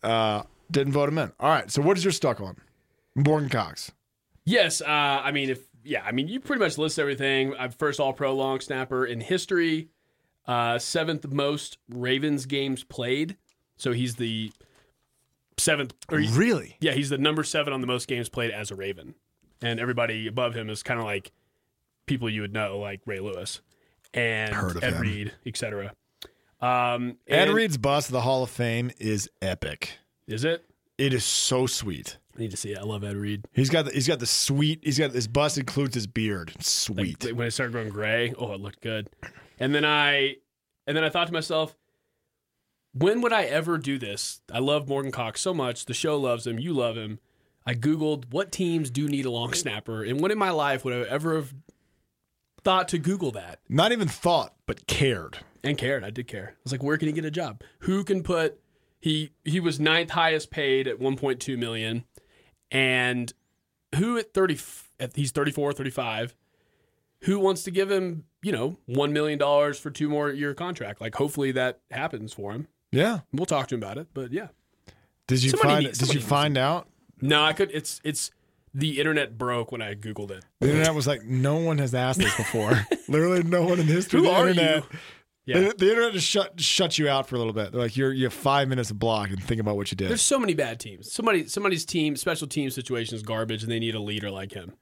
[SPEAKER 2] uh, didn't vote him in. All right. So what is your stuck on? Morgan Cox.
[SPEAKER 3] Yes, uh, I mean if yeah, I mean you pretty much list everything. I'm first All Pro long snapper in history, uh, seventh most Ravens games played. So he's the seventh, or he-
[SPEAKER 2] Really?
[SPEAKER 3] yeah, he's the number seven on the most games played as a Raven, and everybody above him is kind of like people you would know, like Ray Lewis and
[SPEAKER 2] Heard of
[SPEAKER 3] Ed
[SPEAKER 2] him.
[SPEAKER 3] Reed, etc. Um,
[SPEAKER 2] Ed
[SPEAKER 3] and
[SPEAKER 2] Reed's bust of the Hall of Fame is epic.
[SPEAKER 3] is it?
[SPEAKER 2] It is so sweet.
[SPEAKER 3] I need to see it. I love Ed Reed.
[SPEAKER 2] He's got the, he's got the sweet. He's got his bust includes his beard. It's sweet.
[SPEAKER 3] Like, when it started going gray, oh, it looked good. And then I, and then I thought to myself, when would I ever do this? I love Morgan Cox so much. The show loves him. You love him. I googled what teams do need a long snapper, and when in my life would I ever have thought to Google that
[SPEAKER 2] Not even thought, but cared.
[SPEAKER 3] and cared? I did care. I was like, where can he get a job? Who can put? He he was ninth highest paid at 1.2 million, and who at 30 at he's 34 35 who wants to give him you know $1 million for two more year contract like hopefully that happens for him
[SPEAKER 2] Yeah.
[SPEAKER 3] we'll talk to him about it but yeah
[SPEAKER 2] Did you
[SPEAKER 3] Somebody
[SPEAKER 2] find
[SPEAKER 3] needs-
[SPEAKER 2] Did you
[SPEAKER 3] somebody needs
[SPEAKER 2] find out?
[SPEAKER 3] no i could it's it's the internet broke when i googled it
[SPEAKER 2] The internet was like, no one has asked this before. Literally, no one in the history
[SPEAKER 3] who
[SPEAKER 2] of the
[SPEAKER 3] are
[SPEAKER 2] internet.
[SPEAKER 3] you
[SPEAKER 2] The, the internet just shut shut you out for a little bit. They're like, you're you have five minutes to block and think about what you did.
[SPEAKER 3] there's so many bad teams somebody somebody's team special team situation is garbage and they need a leader like him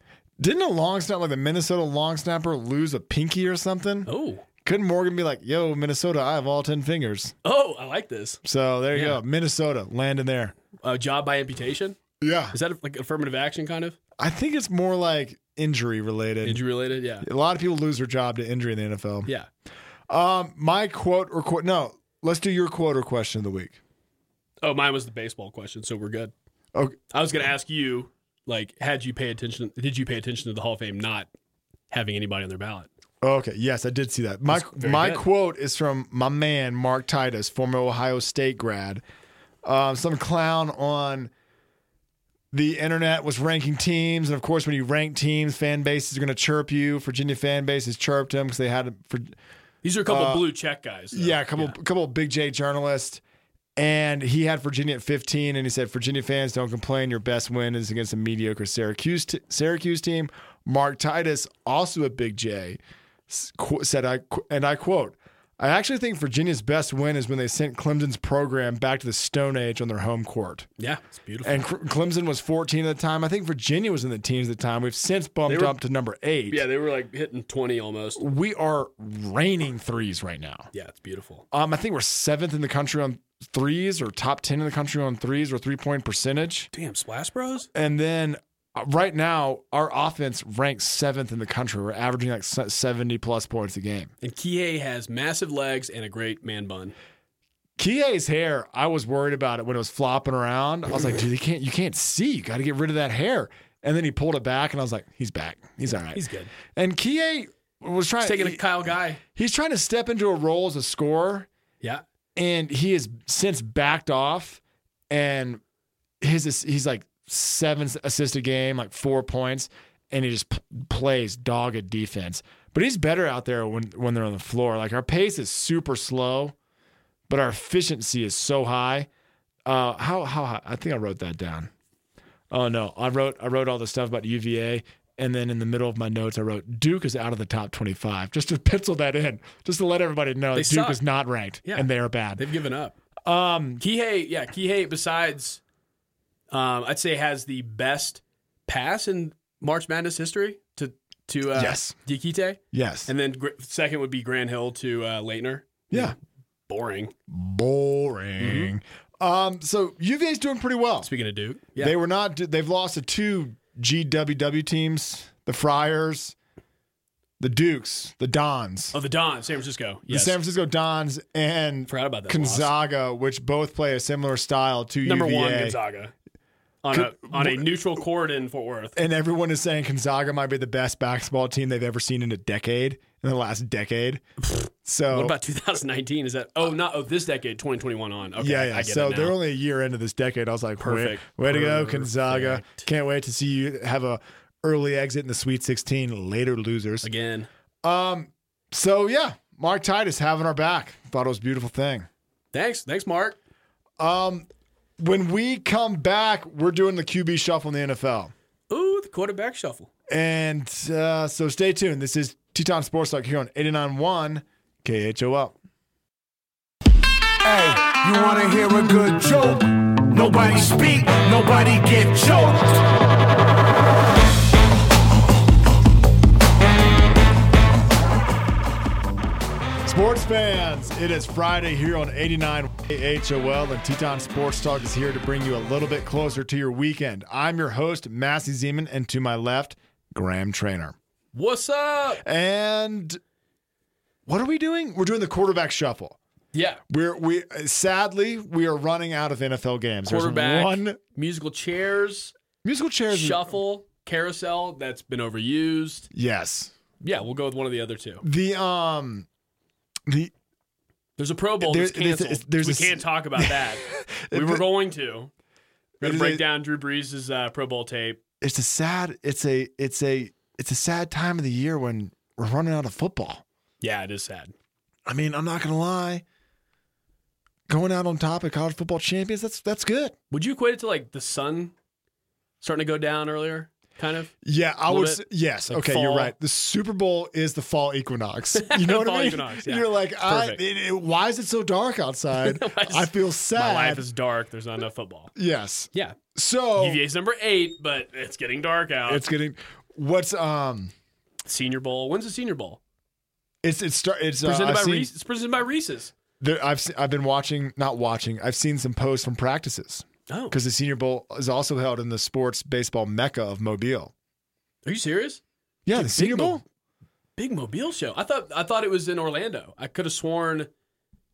[SPEAKER 2] Didn't a long snapper, like the Minnesota long snapper, lose a pinky or something?
[SPEAKER 3] oh
[SPEAKER 2] Couldn't Morgan be like, yo, Minnesota, I have all ten fingers.
[SPEAKER 3] oh i like this
[SPEAKER 2] So there you
[SPEAKER 3] Yeah.
[SPEAKER 2] go, Minnesota landing there.
[SPEAKER 3] uh, job by amputation
[SPEAKER 2] Yeah,
[SPEAKER 3] is that like affirmative action kind of
[SPEAKER 2] I think it's more like injury related.
[SPEAKER 3] Injury related, yeah,
[SPEAKER 2] A lot of people lose their job to injury in the NFL.
[SPEAKER 3] yeah.
[SPEAKER 2] Um, my quote or quote. No, let's do your quote or question of the week.
[SPEAKER 3] Oh, mine was the baseball question, so we're good.
[SPEAKER 2] Okay.
[SPEAKER 3] I was going to ask you, like, had you pay attention? Did you pay attention to the Hall of Fame not having anybody on their ballot?
[SPEAKER 2] Okay. Yes, I did see that. My
[SPEAKER 3] very
[SPEAKER 2] my
[SPEAKER 3] good.
[SPEAKER 2] quote is from my man Mark Titus, former Ohio State grad. Um, some clown on the internet was ranking teams, and of course, when you rank teams, fan bases are going to chirp you. Virginia fan bases chirped him because they had for
[SPEAKER 3] These are a couple blue check guys. though.
[SPEAKER 2] Uh, yeah, a couple couple of big J journalists, and he had Virginia at 15, and he said, "Virginia fans, don't complain. Your best win is against a mediocre Syracuse t- Syracuse team." Mark Titus, also a big J, s- qu- said, "I qu- and I quote." I actually think Virginia's best win is when they sent Clemson's program back to the Stone Age on their home court.
[SPEAKER 3] yeah, it's beautiful.
[SPEAKER 2] And Cr- Clemson was 14 at the time. I think Virginia was in the teens at the time. We've since bumped
[SPEAKER 3] were-
[SPEAKER 2] up to number eight.
[SPEAKER 3] yeah, they were like hitting twenty almost.
[SPEAKER 2] We are raining threes right now.
[SPEAKER 3] Yeah, it's beautiful.
[SPEAKER 2] Um, I think we're seventh in the country on threes, or top ten in the country on threes, or three point percentage.
[SPEAKER 3] Damn, Splash Bros.
[SPEAKER 2] And then uh, right now, our offense ranks seventh in the country. We're averaging like se- seventy plus points a game.
[SPEAKER 3] And Kie has massive legs and a great man bun.
[SPEAKER 2] Kie's hair, I was worried about it when it was flopping around. I was like, dude, you can't, you can't see. You got to get rid of that hair. And then he pulled it back, and I was like, he's back. He's all right.
[SPEAKER 3] He's good.
[SPEAKER 2] And Kie was trying.
[SPEAKER 3] He's taking a
[SPEAKER 2] Uh, he-
[SPEAKER 3] Kyle guy.
[SPEAKER 2] he's trying to step into a role as a scorer.
[SPEAKER 3] Yeah,
[SPEAKER 2] and he has since backed off and his he's like seven assist a game like four points and he just p- plays dogged defense but he's better out there when when they're on the floor like our pace is super slow but our efficiency is so high uh how how high? i think i wrote that down oh no i wrote i wrote all the stuff about uva and then in the middle of my notes i wrote duke is out of the top 25 just to pencil that in just to let everybody know that duke
[SPEAKER 3] suck.
[SPEAKER 2] is not ranked
[SPEAKER 3] Yeah.
[SPEAKER 2] and they are bad
[SPEAKER 3] they've given up.
[SPEAKER 2] um,
[SPEAKER 3] Kihei, yeah, Kihei. Besides, um, I'd say has the best pass in March Madness history to to uh,
[SPEAKER 2] Yes.
[SPEAKER 3] Diakite,
[SPEAKER 2] yes.
[SPEAKER 3] and then gr- second would be Grand Hill to uh, Leitner.
[SPEAKER 2] yeah.
[SPEAKER 3] Boring.
[SPEAKER 2] Boring. Um, so UVA's doing pretty well.
[SPEAKER 3] Speaking of Duke, Mm-hmm. yeah,
[SPEAKER 2] They were not they've lost to two GWW teams, the Friars, the Dukes, the Dons.
[SPEAKER 3] oh the Don, San Francisco. Yes,
[SPEAKER 2] The San Francisco Dons and
[SPEAKER 3] forgot about that. loss.
[SPEAKER 2] Gonzaga, which both play a similar style to
[SPEAKER 3] Number
[SPEAKER 2] UVA.
[SPEAKER 3] one, Gonzaga. On a, on a neutral court in Fort Worth.
[SPEAKER 2] and everyone is saying Gonzaga might be the best basketball team they've ever seen in a decade, in the last decade. So
[SPEAKER 3] What about 2019? Is that oh not oh this decade 2021 on? Okay,
[SPEAKER 2] Yeah, yeah.
[SPEAKER 3] I get
[SPEAKER 2] so
[SPEAKER 3] it now.
[SPEAKER 2] they're only a year into this decade. I was like,
[SPEAKER 3] Perfect.
[SPEAKER 2] Way, way to go, Gonzaga!
[SPEAKER 3] Perfect.
[SPEAKER 2] Can't wait to see you have a early exit in the Sweet 16. Later, losers.
[SPEAKER 3] again.
[SPEAKER 2] So yeah, Mark Titus having our back. Thought it was a beautiful thing.
[SPEAKER 3] Thanks, thanks, Mark.
[SPEAKER 2] When we come back, we're doing the QB shuffle in the NFL,
[SPEAKER 3] Ooh, the quarterback shuffle.
[SPEAKER 2] and uh, so stay tuned. This is Teton Sports Talk here on 89.1 KHOL.
[SPEAKER 1] Hey, you wanna hear a good joke? Nobody speak, nobody get choked.
[SPEAKER 2] Sports fans, it is Friday here on 89 AHOL, and Teton Sports Talk is here to bring you a little bit closer to your weekend. I'm your host, Massey Zeman, and to my left, Graham Trainer.
[SPEAKER 3] What's up?
[SPEAKER 2] And what are we doing? We're doing the quarterback shuffle.
[SPEAKER 3] Yeah,
[SPEAKER 2] We're we sadly we are running out of NFL games. There's
[SPEAKER 3] quarterback,
[SPEAKER 2] one
[SPEAKER 3] musical chairs,
[SPEAKER 2] musical chairs.
[SPEAKER 3] shuffle, carousel that's been overused.
[SPEAKER 2] Yes,
[SPEAKER 3] Yeah, we'll go with one of the other two.
[SPEAKER 2] the um the
[SPEAKER 3] There's a Pro Bowl
[SPEAKER 2] There-
[SPEAKER 3] that's
[SPEAKER 2] there's-
[SPEAKER 3] canceled.
[SPEAKER 2] there's
[SPEAKER 3] we
[SPEAKER 2] a-
[SPEAKER 3] can't talk about that. we were going to. We're
[SPEAKER 2] It
[SPEAKER 3] gonna
[SPEAKER 2] is
[SPEAKER 3] break
[SPEAKER 2] a-
[SPEAKER 3] down Drew Brees' uh, Pro Bowl tape.
[SPEAKER 2] it's a sad it's a it's a it's a sad time of the year when we're running out of football.
[SPEAKER 3] Yeah, it is sad.
[SPEAKER 2] I mean, I'm not gonna lie. Going out on top of college football champions, that's that's good.
[SPEAKER 3] Would you equate it to like the sun starting to go down earlier? Kind of.
[SPEAKER 2] Yeah, I
[SPEAKER 3] Little
[SPEAKER 2] would.
[SPEAKER 3] bit.
[SPEAKER 2] s- Yes,
[SPEAKER 3] Like
[SPEAKER 2] okay,
[SPEAKER 3] fall.
[SPEAKER 2] you're right. The Super Bowl is the fall equinox. You know what
[SPEAKER 3] Fall
[SPEAKER 2] I mean?
[SPEAKER 3] equinox, yeah.
[SPEAKER 2] You're like, I,
[SPEAKER 3] Perfect.
[SPEAKER 2] it, it- why is it so dark outside?
[SPEAKER 3] Why is-
[SPEAKER 2] I feel sad.
[SPEAKER 3] My life is dark. There's not enough football.
[SPEAKER 2] yes.
[SPEAKER 3] Yeah.
[SPEAKER 2] So
[SPEAKER 3] UVA's number eight, but it's getting dark out.
[SPEAKER 2] Oh. it's getting. What's um?
[SPEAKER 3] Senior Bowl. When's the Senior Bowl?
[SPEAKER 2] It's it's start. It's uh,
[SPEAKER 3] Presented
[SPEAKER 2] I've
[SPEAKER 3] by
[SPEAKER 2] seen,
[SPEAKER 3] Reese. It's presented by Reese's.
[SPEAKER 2] there, I've se- I've been watching, not watching. I've seen some posts from practices.
[SPEAKER 3] Oh,
[SPEAKER 2] because the Senior Bowl is also held in the sports baseball mecca of Mobile.
[SPEAKER 3] are you serious?
[SPEAKER 2] Yeah, the Senior Bowl?
[SPEAKER 3] Big Mobile show. I thought I thought it was in Orlando. I could have sworn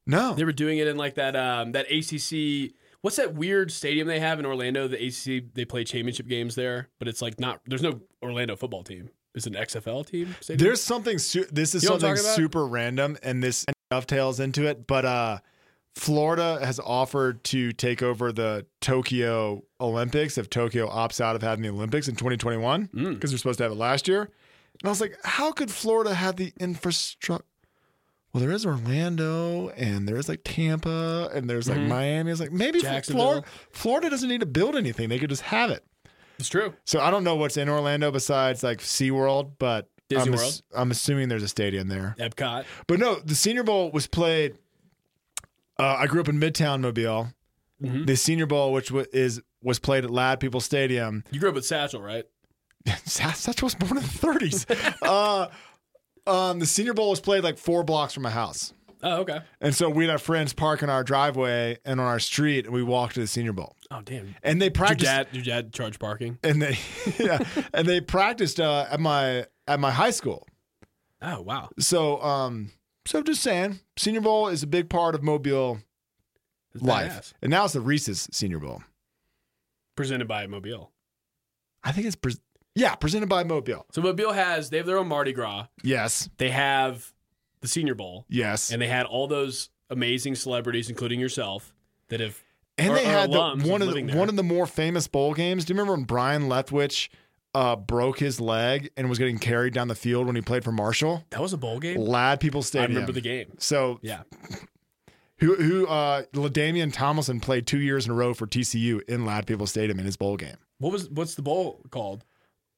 [SPEAKER 2] No.
[SPEAKER 3] they were doing it in like that um, that ACC. What's that weird stadium they have in Orlando? The ACC they play championship games there, but it's like not. There's no Orlando football team. It's an XFL team. Stadium?
[SPEAKER 2] There's something. Su- this is
[SPEAKER 3] You know what I'm
[SPEAKER 2] something
[SPEAKER 3] talking about?
[SPEAKER 2] super random, and this dovetails into it. But uh, Florida has offered to take over the Tokyo Olympics if Tokyo opts out of having the Olympics in 2021 because
[SPEAKER 3] Mm.
[SPEAKER 2] they're supposed to have it last year. And I was like, how could Florida have the infrastructure? Well, there is Orlando, and there is like Tampa, and there's like Miami. It's like maybe Florida,
[SPEAKER 3] Mm-hmm. Jacksonville.
[SPEAKER 2] Florida doesn't need to build anything; they could just have it.
[SPEAKER 3] it's true.
[SPEAKER 2] So I don't know what's in Orlando besides like SeaWorld, but
[SPEAKER 3] Disney
[SPEAKER 2] I'm,
[SPEAKER 3] World.
[SPEAKER 2] I'm assuming there's a stadium there.
[SPEAKER 3] Epcot.
[SPEAKER 2] But no, the Senior Bowl was played. Uh, I grew up in Midtown Mobile.
[SPEAKER 3] Mhm.
[SPEAKER 2] The Senior Bowl, which wa is was played at Lad People Stadium.
[SPEAKER 3] You grew up with Satchel, right?
[SPEAKER 2] Satch was born in the 30s. uh, um, the Senior Bowl was played like four blocks from my house.
[SPEAKER 3] Oh, okay.
[SPEAKER 2] And so we'd have friends park in our driveway and on our street, and we walked to the Senior Bowl.
[SPEAKER 3] Oh, damn.
[SPEAKER 2] And they
[SPEAKER 3] Your
[SPEAKER 2] practiced
[SPEAKER 3] dad, your dad charged parking.
[SPEAKER 2] and they yeah, and they practiced uh, at my at my high school.
[SPEAKER 3] Oh, wow.
[SPEAKER 2] So um so just saying, Senior Bowl is a big part of Mobile
[SPEAKER 3] That's
[SPEAKER 2] life.
[SPEAKER 3] badass.
[SPEAKER 2] And now it's the Reese's Senior Bowl.
[SPEAKER 3] Presented by Mobile.
[SPEAKER 2] I think it's pres yeah, presented by Mobile.
[SPEAKER 3] So Mobile has they have their own Mardi Gras.
[SPEAKER 2] Yes.
[SPEAKER 3] They have the Senior Bowl,
[SPEAKER 2] Yes. And,
[SPEAKER 3] and they had all those amazing celebrities, including yourself, that have. or-
[SPEAKER 2] they
[SPEAKER 3] or
[SPEAKER 2] had the,
[SPEAKER 3] alums
[SPEAKER 2] one of the
[SPEAKER 3] living there.
[SPEAKER 2] one of the more famous bowl games. Do you remember when Brian Leftwich uh, broke his leg and was getting carried down the field when he played for Marshall?
[SPEAKER 3] That was a bowl game.
[SPEAKER 2] Lad People
[SPEAKER 3] I
[SPEAKER 2] Stadium.
[SPEAKER 3] remember the game.
[SPEAKER 2] so
[SPEAKER 3] Yeah,
[SPEAKER 2] who who uh Ladamian Tomlinson played two years in a row for TCU in Lad People Stadium in his bowl game.
[SPEAKER 3] what was what's the bowl called?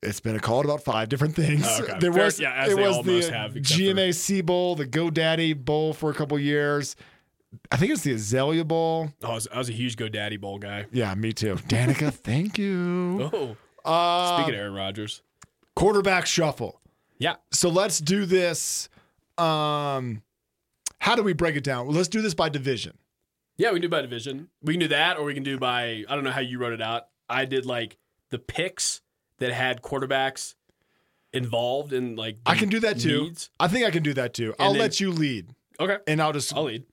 [SPEAKER 2] It's been a call to about five different things.
[SPEAKER 3] Oh, okay.
[SPEAKER 2] There
[SPEAKER 3] Fair-
[SPEAKER 2] was
[SPEAKER 3] yeah, as
[SPEAKER 2] it
[SPEAKER 3] they
[SPEAKER 2] was
[SPEAKER 3] all
[SPEAKER 2] the
[SPEAKER 3] must have, except for-
[SPEAKER 2] GMAC Bowl, the GoDaddy Bowl for a couple years. I think it's the Azalea Bowl.
[SPEAKER 3] Oh, I was, I was a huge GoDaddy bowl guy.
[SPEAKER 2] Yeah, me too. Danica, thank you.
[SPEAKER 3] Oh,
[SPEAKER 2] Uh,
[SPEAKER 3] speaking of Aaron Rodgers,
[SPEAKER 2] quarterback shuffle.
[SPEAKER 3] yeah,
[SPEAKER 2] So let's do this. Um, how do we break it down? Well, let's do this by division.
[SPEAKER 3] yeah, we can do by division. We can do that, or we can do by I don't know how you wrote it out. I did like the picks that had quarterbacks involved in like
[SPEAKER 2] I can do that too.
[SPEAKER 3] needs.
[SPEAKER 2] I think I can do that too. I'll
[SPEAKER 3] then-
[SPEAKER 2] let you lead,
[SPEAKER 3] Okay,
[SPEAKER 2] and I'll just
[SPEAKER 3] I'll lead.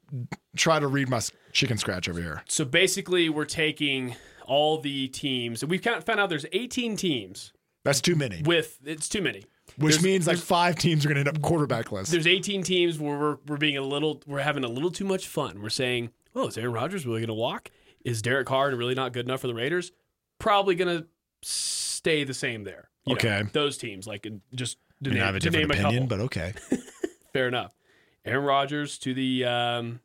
[SPEAKER 2] try to read my s- chicken scratch over here.
[SPEAKER 3] So basically, we're taking all the teams. We've kind of found out there's 18 teams
[SPEAKER 2] That's too many,
[SPEAKER 3] with it's too many.
[SPEAKER 2] which
[SPEAKER 3] there's-
[SPEAKER 2] means like five teams are going to end up quarterback list.
[SPEAKER 3] There's 18 teams where we're, we're being a little we're having a little too much fun. We're saying, oh, is Aaron Rodgers really going to walk? Is Derek Carr really not good enough for the Raiders? Probably going to stay the same there. You know,
[SPEAKER 2] Okay.
[SPEAKER 3] those teams like and just
[SPEAKER 2] I
[SPEAKER 3] to
[SPEAKER 2] mean,
[SPEAKER 3] name,
[SPEAKER 2] I have a
[SPEAKER 3] to
[SPEAKER 2] different
[SPEAKER 3] name
[SPEAKER 2] opinion,
[SPEAKER 3] couple.
[SPEAKER 2] but okay.
[SPEAKER 3] Fair enough. Aaron Rodgers to the um,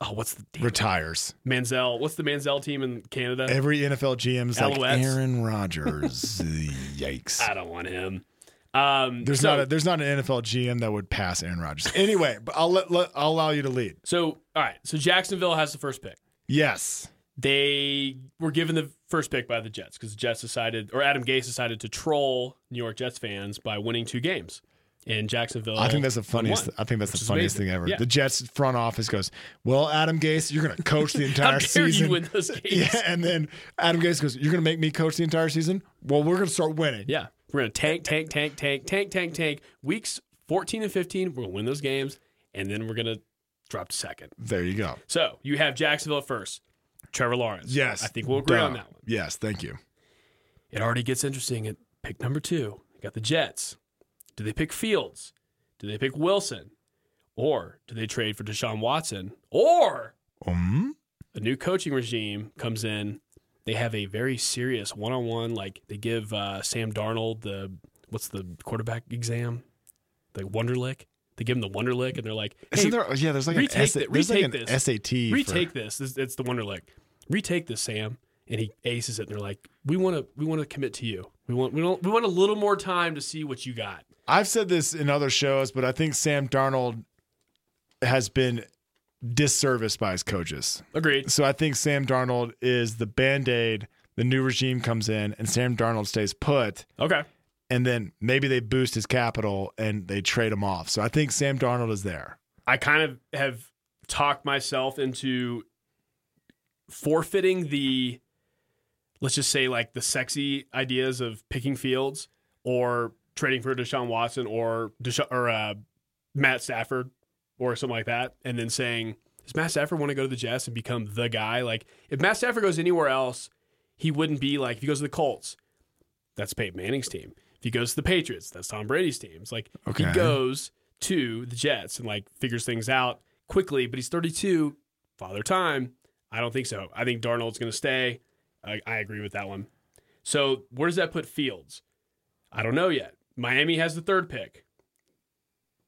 [SPEAKER 3] oh, what's the team?
[SPEAKER 2] Retires.
[SPEAKER 3] Manziel? What's the Manziel team in Canada?
[SPEAKER 2] Every NFL GM's like
[SPEAKER 3] Alouettes.
[SPEAKER 2] Aaron Rodgers. Yikes.
[SPEAKER 3] I don't want him. Um,
[SPEAKER 2] There's
[SPEAKER 3] so-
[SPEAKER 2] not a, there's not an NFL GM that would pass Aaron Rodgers. Anyway, but I'll let, let- I'll allow you to lead.
[SPEAKER 3] So, all right. So Jacksonville has the first pick.
[SPEAKER 2] Yes.
[SPEAKER 3] They were given the first pick by the Jets because the Jets decided, or Adam Gase decided to troll New York Jets fans by winning two games. And Jacksonville,
[SPEAKER 2] I think that's the funniest
[SPEAKER 3] won.
[SPEAKER 2] I think that's
[SPEAKER 3] Which
[SPEAKER 2] the
[SPEAKER 3] is
[SPEAKER 2] funniest
[SPEAKER 3] amazing.
[SPEAKER 2] thing ever.
[SPEAKER 3] Yeah.
[SPEAKER 2] The Jets front office goes, "Well, Adam Gase, you're going to coach the
[SPEAKER 3] How
[SPEAKER 2] entire
[SPEAKER 3] dare
[SPEAKER 2] season."
[SPEAKER 3] you win those games?
[SPEAKER 2] yeah,
[SPEAKER 3] Yeah.
[SPEAKER 2] and then Adam Gase goes, "You're going to make me coach the entire season? Well, we're going to start winning."
[SPEAKER 3] we're gonna tank, tank, tank, tank, tank, tank, tank. Weeks fourteen and fifteen, we're gonna win those games, and then we're gonna drop to second.
[SPEAKER 2] There you go.
[SPEAKER 3] So you have Jacksonville at first, Trevor Lawrence.
[SPEAKER 2] Yes.
[SPEAKER 3] I think we'll agree
[SPEAKER 2] Duh.
[SPEAKER 3] on that one.
[SPEAKER 2] Yes, thank you.
[SPEAKER 3] It already gets interesting at pick number two. You got the Jets. Do they pick Fields? Do they pick Wilson? Or do they trade for Deshaun Watson? Or
[SPEAKER 2] Um,
[SPEAKER 3] a new coaching regime comes in. They have a very serious one on one. Like they give uh, Sam Darnold the, what's the quarterback exam? The Wonderlick. They give him the Wonderlick and they're like, hey,
[SPEAKER 2] Isn't there, yeah, there's like
[SPEAKER 3] retake
[SPEAKER 2] an, essay,
[SPEAKER 3] thi-
[SPEAKER 2] there's like
[SPEAKER 3] retake
[SPEAKER 2] an
[SPEAKER 3] this.
[SPEAKER 2] SAT. for-
[SPEAKER 3] retake this. this. It's the Wonderlick. Retake this, Sam. And he aces it. And they're like, we want to, we want to commit to you. We want, we don't, we want a little more time to see what you got.
[SPEAKER 2] I've said this in other shows, but I think Sam Darnold has been disserviced by his coaches.
[SPEAKER 3] Agreed.
[SPEAKER 2] So I think Sam Darnold is the band aid. The new regime comes in, and Sam Darnold stays put.
[SPEAKER 3] Okay.
[SPEAKER 2] And then maybe they boost his capital and they trade him off. So I think Sam Darnold is there.
[SPEAKER 3] I kind of have talked myself into forfeiting the let's just say like the sexy ideas of picking Fields or trading for Deshaun Watson or Desha- or uh, Matt Stafford or something like that, and then saying, does Matt Stafford want to go to the Jets and become the guy? Like if Matt Stafford goes anywhere else, he wouldn't be like if he goes to the Colts, that's Peyton Manning's team. If he goes to the Patriots, that's Tom Brady's team. It's like if
[SPEAKER 2] Okay.
[SPEAKER 3] he goes to the Jets and like figures things out quickly, but he's 32, father time. I don't think so. I think Darnold's going to stay. I, I agree with that one. So where does that put Fields? I don't know yet. Miami has the third pick.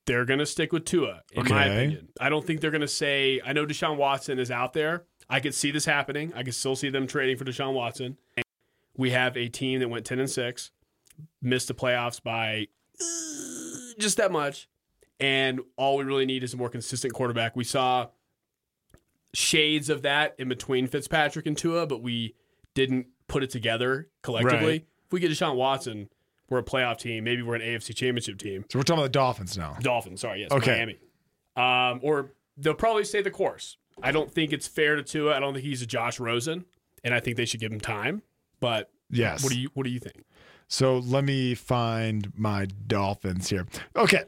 [SPEAKER 3] They're going to stick with Tua, in my
[SPEAKER 2] Okay.
[SPEAKER 3] opinion. I don't think they're going to say, I know Deshaun Watson is out there. I could see this happening. I could still see them trading for Deshaun Watson. We have a team that went 10 and 6, missed the playoffs by uh, just that much. And all we really need is a more consistent quarterback. We saw shades of that in between Fitzpatrick and Tua, but we didn't put it together collectively.
[SPEAKER 2] Right.
[SPEAKER 3] If we get Deshaun Watson, we're a playoff team. Maybe we're an AFC championship team.
[SPEAKER 2] So we're talking about the Dolphins now.
[SPEAKER 3] Dolphins, sorry, yes,
[SPEAKER 2] Okay.
[SPEAKER 3] Miami. Um, or they'll probably stay the course. I don't think it's fair to Tua. I don't think he's a Josh Rosen, and I think they should give him time. But
[SPEAKER 2] Yes.
[SPEAKER 3] what do you what do you think?
[SPEAKER 2] so let me find my Dolphins here. Okay.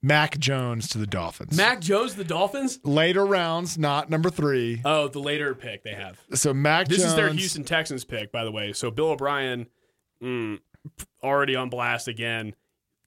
[SPEAKER 2] Mac Jones to the Dolphins.
[SPEAKER 3] Mac Jones, the Dolphins.
[SPEAKER 2] Later rounds, not number three.
[SPEAKER 3] Oh, the later pick they have.
[SPEAKER 2] So Mac
[SPEAKER 3] This
[SPEAKER 2] Jones.
[SPEAKER 3] is their Houston Texans pick, by the way. So Bill O'Brien, mm, already on blast again,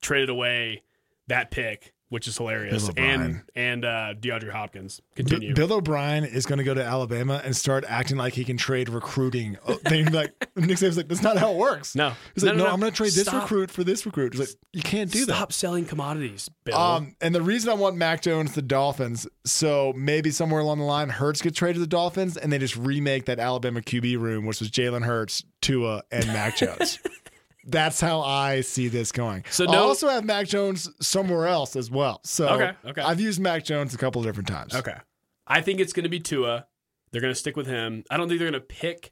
[SPEAKER 3] traded away that pick, which is hilarious.
[SPEAKER 2] Bill
[SPEAKER 3] And
[SPEAKER 2] O'Brien.
[SPEAKER 3] and uh, DeAndre Hopkins.
[SPEAKER 2] B-
[SPEAKER 3] Continue.
[SPEAKER 2] Bill O'Brien is going to go to Alabama and start acting like he can trade recruiting. Oh, They're gonna be like Nick Saban's like that's not how it works.
[SPEAKER 3] No.
[SPEAKER 2] he's
[SPEAKER 3] No,
[SPEAKER 2] like
[SPEAKER 3] no,
[SPEAKER 2] no,
[SPEAKER 3] no.
[SPEAKER 2] I'm going to trade this
[SPEAKER 3] Stop.
[SPEAKER 2] recruit for this recruit. He's like you can't do that.
[SPEAKER 3] Stop selling commodities, Bill.
[SPEAKER 2] Um, and the reason I want Mac Jones to the Dolphins, so maybe somewhere along the line, Hurts gets traded to the Dolphins, and they just remake that Alabama QB room, which was Jalen Hurts, Tua, and Mac Jones. That's how I see this going.
[SPEAKER 3] So
[SPEAKER 2] I
[SPEAKER 3] no-
[SPEAKER 2] also have Mac Jones somewhere else as well. So
[SPEAKER 3] Okay, okay.
[SPEAKER 2] I've used Mac Jones a couple of different times.
[SPEAKER 3] Okay. I think it's going to be Tua. They're going to stick with him. I don't think they're going to pick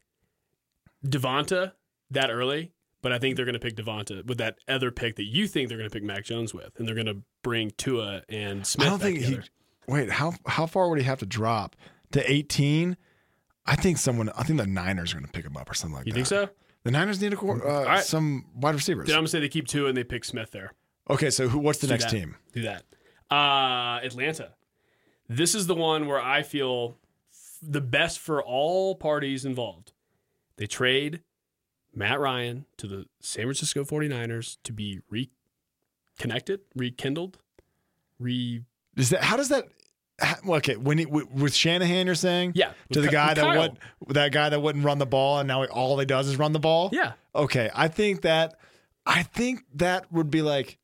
[SPEAKER 3] Devonta that early, but I think they're going to pick Devonta with that other pick that you think they're going to pick Mac Jones with, and they're going to bring Tua and Smith.
[SPEAKER 2] I don't
[SPEAKER 3] back
[SPEAKER 2] think
[SPEAKER 3] together.
[SPEAKER 2] he. Wait, how how far would he have to drop to 18? I think someone. I think the Niners are going to pick him up or something like
[SPEAKER 3] You
[SPEAKER 2] that.
[SPEAKER 3] think so?
[SPEAKER 2] The Niners need a quar- uh,
[SPEAKER 3] right.
[SPEAKER 2] some wide receivers.
[SPEAKER 3] Then I'm going to say they keep Tua and they pick Smith there.
[SPEAKER 2] Okay, so who? What's the
[SPEAKER 3] Do
[SPEAKER 2] next
[SPEAKER 3] that.
[SPEAKER 2] team?
[SPEAKER 3] Do that. Uh, Atlanta. This is the one where I feel f- the best for all parties involved. They trade Matt Ryan to the San Francisco 49ers to be reconnected, rekindled, re
[SPEAKER 2] Is that how does that? ha- well, Okay, when he, w- with Shanahan, you're saying
[SPEAKER 3] yeah
[SPEAKER 2] to
[SPEAKER 3] with
[SPEAKER 2] the
[SPEAKER 3] Ky-
[SPEAKER 2] guy
[SPEAKER 3] with
[SPEAKER 2] that
[SPEAKER 3] Kyle.
[SPEAKER 2] would that guy that wouldn't run the ball, and now he, all he does is run the ball.
[SPEAKER 3] yeah
[SPEAKER 2] Okay, I think that I think that would be like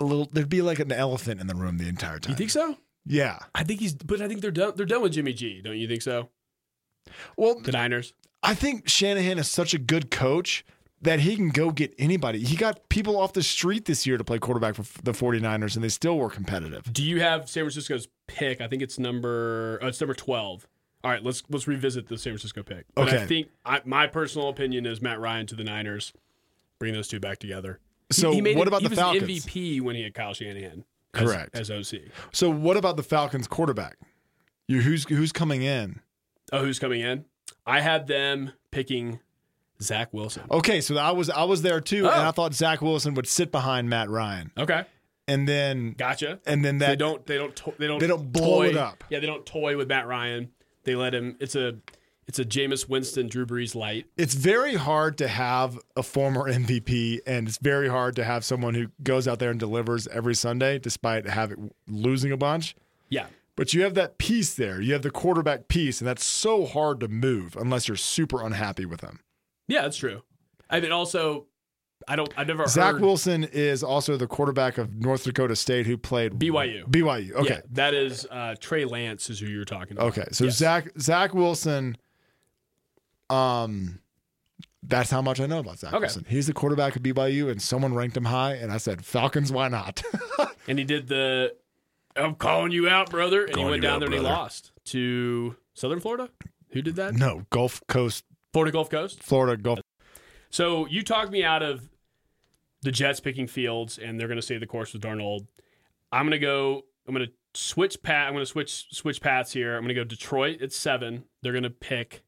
[SPEAKER 2] a little. There'd be like an elephant in the room the entire time.
[SPEAKER 3] you think so?
[SPEAKER 2] Yeah.
[SPEAKER 3] I think he's but I think they're done they're done with Jimmy G. Don't you think so?
[SPEAKER 2] Well,
[SPEAKER 3] The Niners.
[SPEAKER 2] I think Shanahan is such a good coach that he can go get anybody. He got people off the street this year to play quarterback for f- the 49ers, and they still were competitive.
[SPEAKER 3] Do you have San Francisco's pick? I think it's number oh, it's number twelve. All right, let's let's revisit the San Francisco pick. But I
[SPEAKER 2] Okay.
[SPEAKER 3] think I, my personal opinion is Matt Ryan to the Niners. Bring those two back together. He-
[SPEAKER 2] So
[SPEAKER 3] he made
[SPEAKER 2] what
[SPEAKER 3] it-
[SPEAKER 2] about
[SPEAKER 3] he
[SPEAKER 2] the
[SPEAKER 3] was
[SPEAKER 2] Falcons?
[SPEAKER 3] MVP when he had Kyle Shanahan. as-
[SPEAKER 2] Correct.
[SPEAKER 3] as OC.
[SPEAKER 2] So what about the Falcons quarterback? You who's who's coming in?
[SPEAKER 3] Oh, who's coming in? I had them picking Zach Wilson.
[SPEAKER 2] Okay, so I was I was there too, and
[SPEAKER 3] Oh.
[SPEAKER 2] I thought Zach Wilson would sit behind Matt Ryan,
[SPEAKER 3] Okay,
[SPEAKER 2] and then
[SPEAKER 3] gotcha.
[SPEAKER 2] and then
[SPEAKER 3] they
[SPEAKER 2] that
[SPEAKER 3] don't they don't to- they don't
[SPEAKER 2] They don't blow
[SPEAKER 3] toy-
[SPEAKER 2] it up.
[SPEAKER 3] Yeah, they don't toy with Matt Ryan. They let him. It's a it's a Jameis Winston, Drew Brees light.
[SPEAKER 2] it's very hard to have a former MVP, and it's very hard to have someone who goes out there and delivers every Sunday, despite having losing a bunch.
[SPEAKER 3] Yeah,
[SPEAKER 2] But you have that piece there. You have the quarterback piece, and that's so hard to move unless you're super unhappy with him.
[SPEAKER 3] Yeah, that's true. I mean, also, I don't. I've never
[SPEAKER 2] Zach
[SPEAKER 3] heard
[SPEAKER 2] Wilson is also the quarterback of North Dakota State who played
[SPEAKER 3] BYU.
[SPEAKER 2] BYU. Okay.
[SPEAKER 3] Yeah, that is uh, Trey Lance is who you're talking about.
[SPEAKER 2] Okay, so
[SPEAKER 3] Yes.
[SPEAKER 2] Zach Zach Wilson, um, that's how much I know about Zach
[SPEAKER 3] Okay.
[SPEAKER 2] Wilson. He's the quarterback of BYU, and someone ranked him high, and I said Falcons, why not?
[SPEAKER 3] and he did the. I'm calling you out, brother. And
[SPEAKER 2] Calling
[SPEAKER 3] he went
[SPEAKER 2] you
[SPEAKER 3] down
[SPEAKER 2] out,
[SPEAKER 3] there and he
[SPEAKER 2] brother.
[SPEAKER 3] lost to Southern Florida. Who did that?
[SPEAKER 2] no, Gulf Coast,
[SPEAKER 3] Florida Gulf Coast.
[SPEAKER 2] Florida Gulf.
[SPEAKER 3] So you talked me out of the Jets picking Fields, and they're going to stay the course with Darnold. I'm going to go. I'm going to switch pat. I'm going to switch switch paths here. I'm going to go Detroit at seven. They're going to pick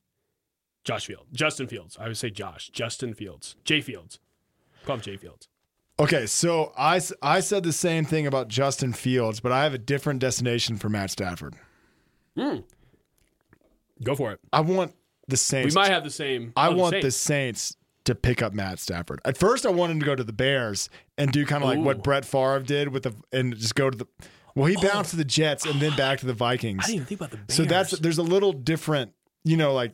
[SPEAKER 3] Josh Fields. Justin Fields. I would say Josh. Justin Fields. Jay Fields. Call him Jay Fields.
[SPEAKER 2] Okay, so I, s- I said the same thing about Justin Fields, but I have a different destination for Matt Stafford.
[SPEAKER 3] Go for it.
[SPEAKER 2] I want the Saints.
[SPEAKER 3] We might have the same.
[SPEAKER 2] I
[SPEAKER 3] oh,
[SPEAKER 2] want the
[SPEAKER 3] same.
[SPEAKER 2] Saints. to pick up Matt Stafford. At first, I wanted him to go to the Bears and do kind of like
[SPEAKER 3] Ooh. Oh.
[SPEAKER 2] what Brett Favre did with the and just go to the. Well, he bounced to the Jets and then back to the Vikings.
[SPEAKER 3] I didn't even think about the Bears.
[SPEAKER 2] So that's there's a little different, you know, like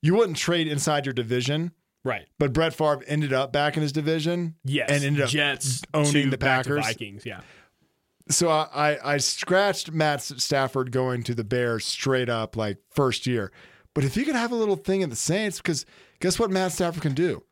[SPEAKER 2] you wouldn't trade inside your division,
[SPEAKER 3] right.
[SPEAKER 2] but Brett Favre ended up back in his division.
[SPEAKER 3] Yes.
[SPEAKER 2] And ended up
[SPEAKER 3] Jets
[SPEAKER 2] owning
[SPEAKER 3] to
[SPEAKER 2] the
[SPEAKER 3] back to
[SPEAKER 2] Packers.
[SPEAKER 3] Vikings. Yeah.
[SPEAKER 2] So I, I I scratched Matt Stafford going to the Bears straight up like first year. But if you could have a little thing in the Saints, because guess what Matt Stafford can do?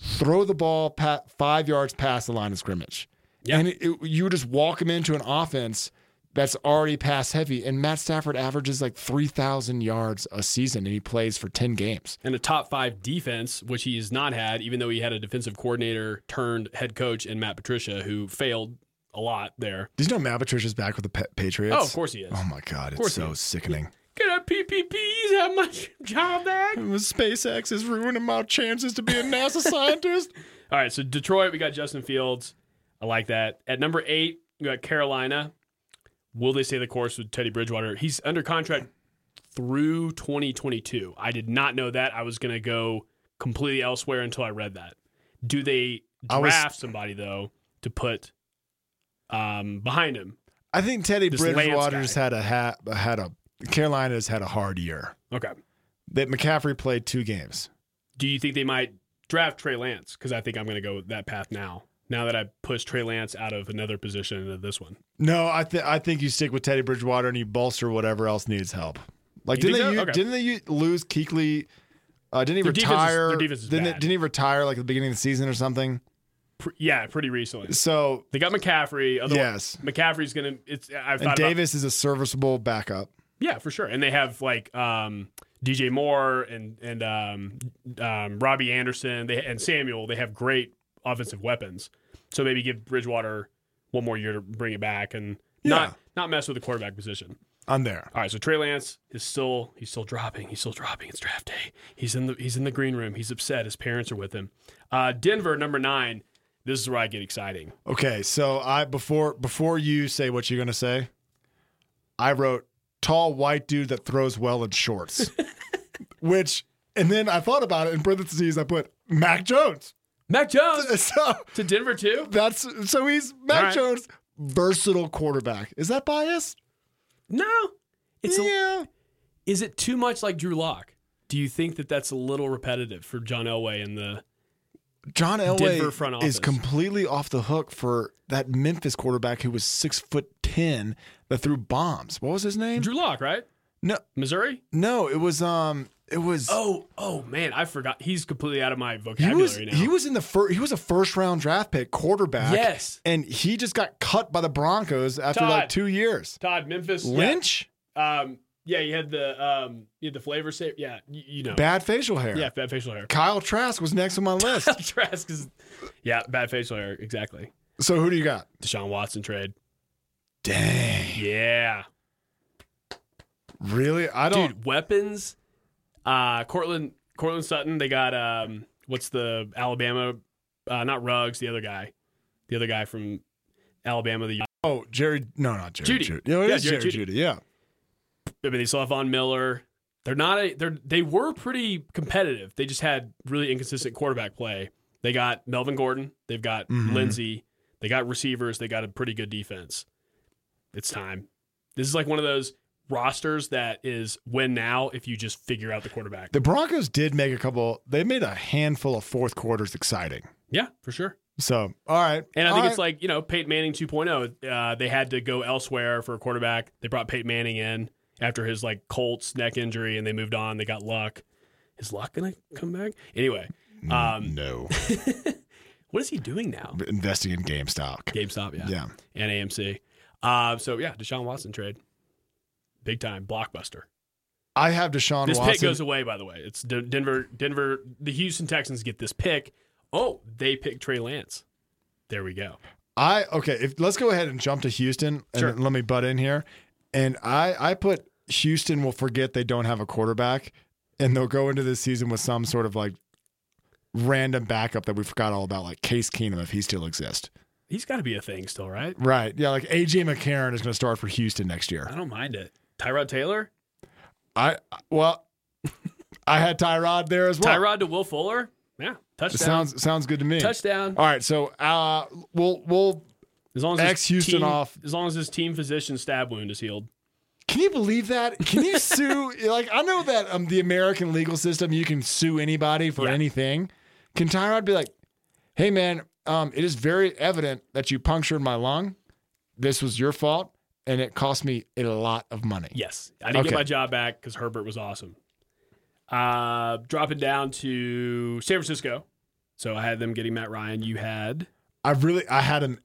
[SPEAKER 2] Throw the ball pa- five yards past the line of scrimmage.
[SPEAKER 3] Yeah.
[SPEAKER 2] And it, it- you just walk him into an offense that's already pass heavy. And Matt Stafford averages like 3,000 yards a season and he plays for 10 games.
[SPEAKER 3] And a top five defense, which he has not had, even though he had a defensive coordinator turned head coach and Matt Patricia, who failed a lot there.
[SPEAKER 2] Did you know Matt Patricia's back with the Pa- Patriots?
[SPEAKER 3] Oh, of course he is.
[SPEAKER 2] Oh my God, it's
[SPEAKER 3] course he
[SPEAKER 2] so sickening.
[SPEAKER 3] Can I PPPs have my job back?
[SPEAKER 2] SpaceX is ruining my chances to be a NASA scientist.
[SPEAKER 3] All right, so Detroit, we got Justin Fields. I like that. At number eight, we got Carolina. Will they stay the course with Teddy Bridgewater? He's under contract through 2022. I did not know that. I was going to go completely elsewhere until I read that. Do they
[SPEAKER 2] I was-
[SPEAKER 3] draft somebody though to put um, behind him?
[SPEAKER 2] I think Teddy
[SPEAKER 3] This Lance
[SPEAKER 2] Bridgewater's
[SPEAKER 3] guy.
[SPEAKER 2] had a ha- had a Carolina's had a hard year.
[SPEAKER 3] Okay.
[SPEAKER 2] That McCaffrey played two games.
[SPEAKER 3] Do you think they might draft Trey Lance? Because I think I'm going to go that path now. Now that I pushed Trey Lance out of another position into this one.
[SPEAKER 2] No, I think I think you stick with Teddy Bridgewater and you bolster whatever else needs help. Like
[SPEAKER 3] You
[SPEAKER 2] didn't
[SPEAKER 3] think
[SPEAKER 2] they,
[SPEAKER 3] so?
[SPEAKER 2] u-
[SPEAKER 3] Okay.
[SPEAKER 2] didn't they u- lose Keekly? Uh, didn't he
[SPEAKER 3] Their defense is-
[SPEAKER 2] retire?
[SPEAKER 3] their defense is
[SPEAKER 2] didn't,
[SPEAKER 3] bad.
[SPEAKER 2] didn't he retire like at the beginning of the season or something?
[SPEAKER 3] Pr- yeah, pretty recently.
[SPEAKER 2] So
[SPEAKER 3] They got McCaffrey. Otherwise,
[SPEAKER 2] yes,
[SPEAKER 3] McCaffrey's gonna. It's I've
[SPEAKER 2] and
[SPEAKER 3] thought about,
[SPEAKER 2] Davis is a serviceable backup.
[SPEAKER 3] yeah, for sure. And they have like um, DJ Moore and and um, um, Robbie Anderson. They and Samuel. They have great offensive weapons. So maybe give Bridgewater one more year to bring it back and
[SPEAKER 2] Yeah.
[SPEAKER 3] not not mess with the quarterback position.
[SPEAKER 2] I'm there.
[SPEAKER 3] All right, so Trey Lance is still he's still dropping. He's still dropping. It's draft day. He's in the he's in the green room. He's upset. His parents are with him. Uh, Denver number nine. This is where I get exciting.
[SPEAKER 2] Okay, so I before before you say what you're gonna say, I wrote tall white dude that throws well in shorts, which and then I thought about it in parentheses. I put Mac Jones.
[SPEAKER 3] Mac Jones
[SPEAKER 2] So
[SPEAKER 3] to Denver too.
[SPEAKER 2] that's so he's Mac
[SPEAKER 3] All right.
[SPEAKER 2] Jones, versatile quarterback. Is that biased?
[SPEAKER 3] No. It's a,
[SPEAKER 2] yeah.
[SPEAKER 3] is it too much like Drew Lock? Do you think that that's a little repetitive for John Elway and the
[SPEAKER 2] John
[SPEAKER 3] Denver front
[SPEAKER 2] Elway
[SPEAKER 3] office.
[SPEAKER 2] is completely off the hook for that Memphis quarterback who was six foot ten that threw bombs. What was his name?
[SPEAKER 3] Drew Lock, right?
[SPEAKER 2] No,
[SPEAKER 3] Missouri?
[SPEAKER 2] no, it was um, it was
[SPEAKER 3] Oh, oh man, I forgot. He's completely out of my
[SPEAKER 2] He
[SPEAKER 3] vocabulary
[SPEAKER 2] was
[SPEAKER 3] now.
[SPEAKER 2] he was in the first he was a first round draft pick quarterback.
[SPEAKER 3] Yes.
[SPEAKER 2] and he just got cut by the Broncos after
[SPEAKER 3] Todd.
[SPEAKER 2] like two years.
[SPEAKER 3] Todd Memphis Yeah.
[SPEAKER 2] Lynch,
[SPEAKER 3] Um, yeah, you had the um, you had the flavor save. Yeah, you, you know,
[SPEAKER 2] bad facial hair.
[SPEAKER 3] yeah, bad facial hair.
[SPEAKER 2] Kyle Trask was next on my list.
[SPEAKER 3] Trask is, yeah, bad facial hair. Exactly.
[SPEAKER 2] so who do you got?
[SPEAKER 3] Deshaun Watson trade.
[SPEAKER 2] Dang,
[SPEAKER 3] Yeah,
[SPEAKER 2] really? I don't.
[SPEAKER 3] dude, weapons. Uh, Cortland, Cortland Sutton. They got um, what's the Alabama? Uh, not Ruggs, the other guy, the other guy from Alabama. The
[SPEAKER 2] oh, Jerry. No, not Jerry.
[SPEAKER 3] Judy.
[SPEAKER 2] Judy. No, it
[SPEAKER 3] Yeah,
[SPEAKER 2] is
[SPEAKER 3] Jerry
[SPEAKER 2] Jerry
[SPEAKER 3] Judy.
[SPEAKER 2] Judy. Yeah.
[SPEAKER 3] I mean, they still have Von Miller. They're not a. They're they were pretty competitive. They just had really inconsistent quarterback play. They got Melvin Gordon. They've got
[SPEAKER 2] Mhm.
[SPEAKER 3] Lindsey. They got receivers. They got a pretty good defense. It's time. This is like one of those rosters that is win now if you just figure out the quarterback.
[SPEAKER 2] The Broncos did make a couple. They made a handful of fourth quarters exciting.
[SPEAKER 3] Yeah, for sure.
[SPEAKER 2] So all right,
[SPEAKER 3] And I think it's like, you know, Peyton Manning 2.0. Uh, they had to go elsewhere for a quarterback. They brought Peyton Manning in after his like Colts neck injury and they moved on. They got luck. Is luck going to come back? Anyway,
[SPEAKER 2] Mm.
[SPEAKER 3] um,
[SPEAKER 2] no
[SPEAKER 3] what is he doing now?
[SPEAKER 2] investing in GameStop.
[SPEAKER 3] GameStop, yeah.
[SPEAKER 2] Yeah.
[SPEAKER 3] And AMC. Uh, so, yeah, Deshaun Watson trade. Big time. Blockbuster.
[SPEAKER 2] I have Deshaun
[SPEAKER 3] This
[SPEAKER 2] Watson.
[SPEAKER 3] pick goes away, by the way. It's D- Denver, Denver, the Houston Texans get this pick. Oh, they pick Trey Lance. There we go.
[SPEAKER 2] I okay. If let's go ahead and jump to Houston and
[SPEAKER 3] Sure.
[SPEAKER 2] let me butt in here. And I I put Houston will forget they don't have a quarterback and they'll go into this season with some sort of like random backup that we forgot all about, like Case Keenum, if he still exists.
[SPEAKER 3] He's got to be a thing still, right?
[SPEAKER 2] Right. Yeah. Like AJ McCarron is going to start for Houston next
[SPEAKER 3] I
[SPEAKER 2] year.
[SPEAKER 3] don't mind it. Tyrod Taylor,
[SPEAKER 2] I, well, I had Tyrod there as well.
[SPEAKER 3] Tyrod to Will Fuller. Yeah, touchdown.
[SPEAKER 2] It sounds, sounds good to me.
[SPEAKER 3] touchdown.
[SPEAKER 2] All right. So, uh, we'll, we'll,
[SPEAKER 3] As long as his
[SPEAKER 2] Ex-Houston
[SPEAKER 3] team-
[SPEAKER 2] off.
[SPEAKER 3] As long as his team physician stab wound is healed.
[SPEAKER 2] Can you believe that? Can you sue? Like, I know that um, the American legal system, you can sue anybody for
[SPEAKER 3] Yeah.
[SPEAKER 2] anything. Can Tyrod be like, hey, man, um, it is very evident that you punctured my lung. This was your fault, and it cost me a lot of money.
[SPEAKER 3] Yes, I didn't get
[SPEAKER 2] Okay.
[SPEAKER 3] my job back because Herbert was awesome. Uh, dropping down to San Francisco, so I had them getting Matt Ryan. You had
[SPEAKER 2] I really, I had an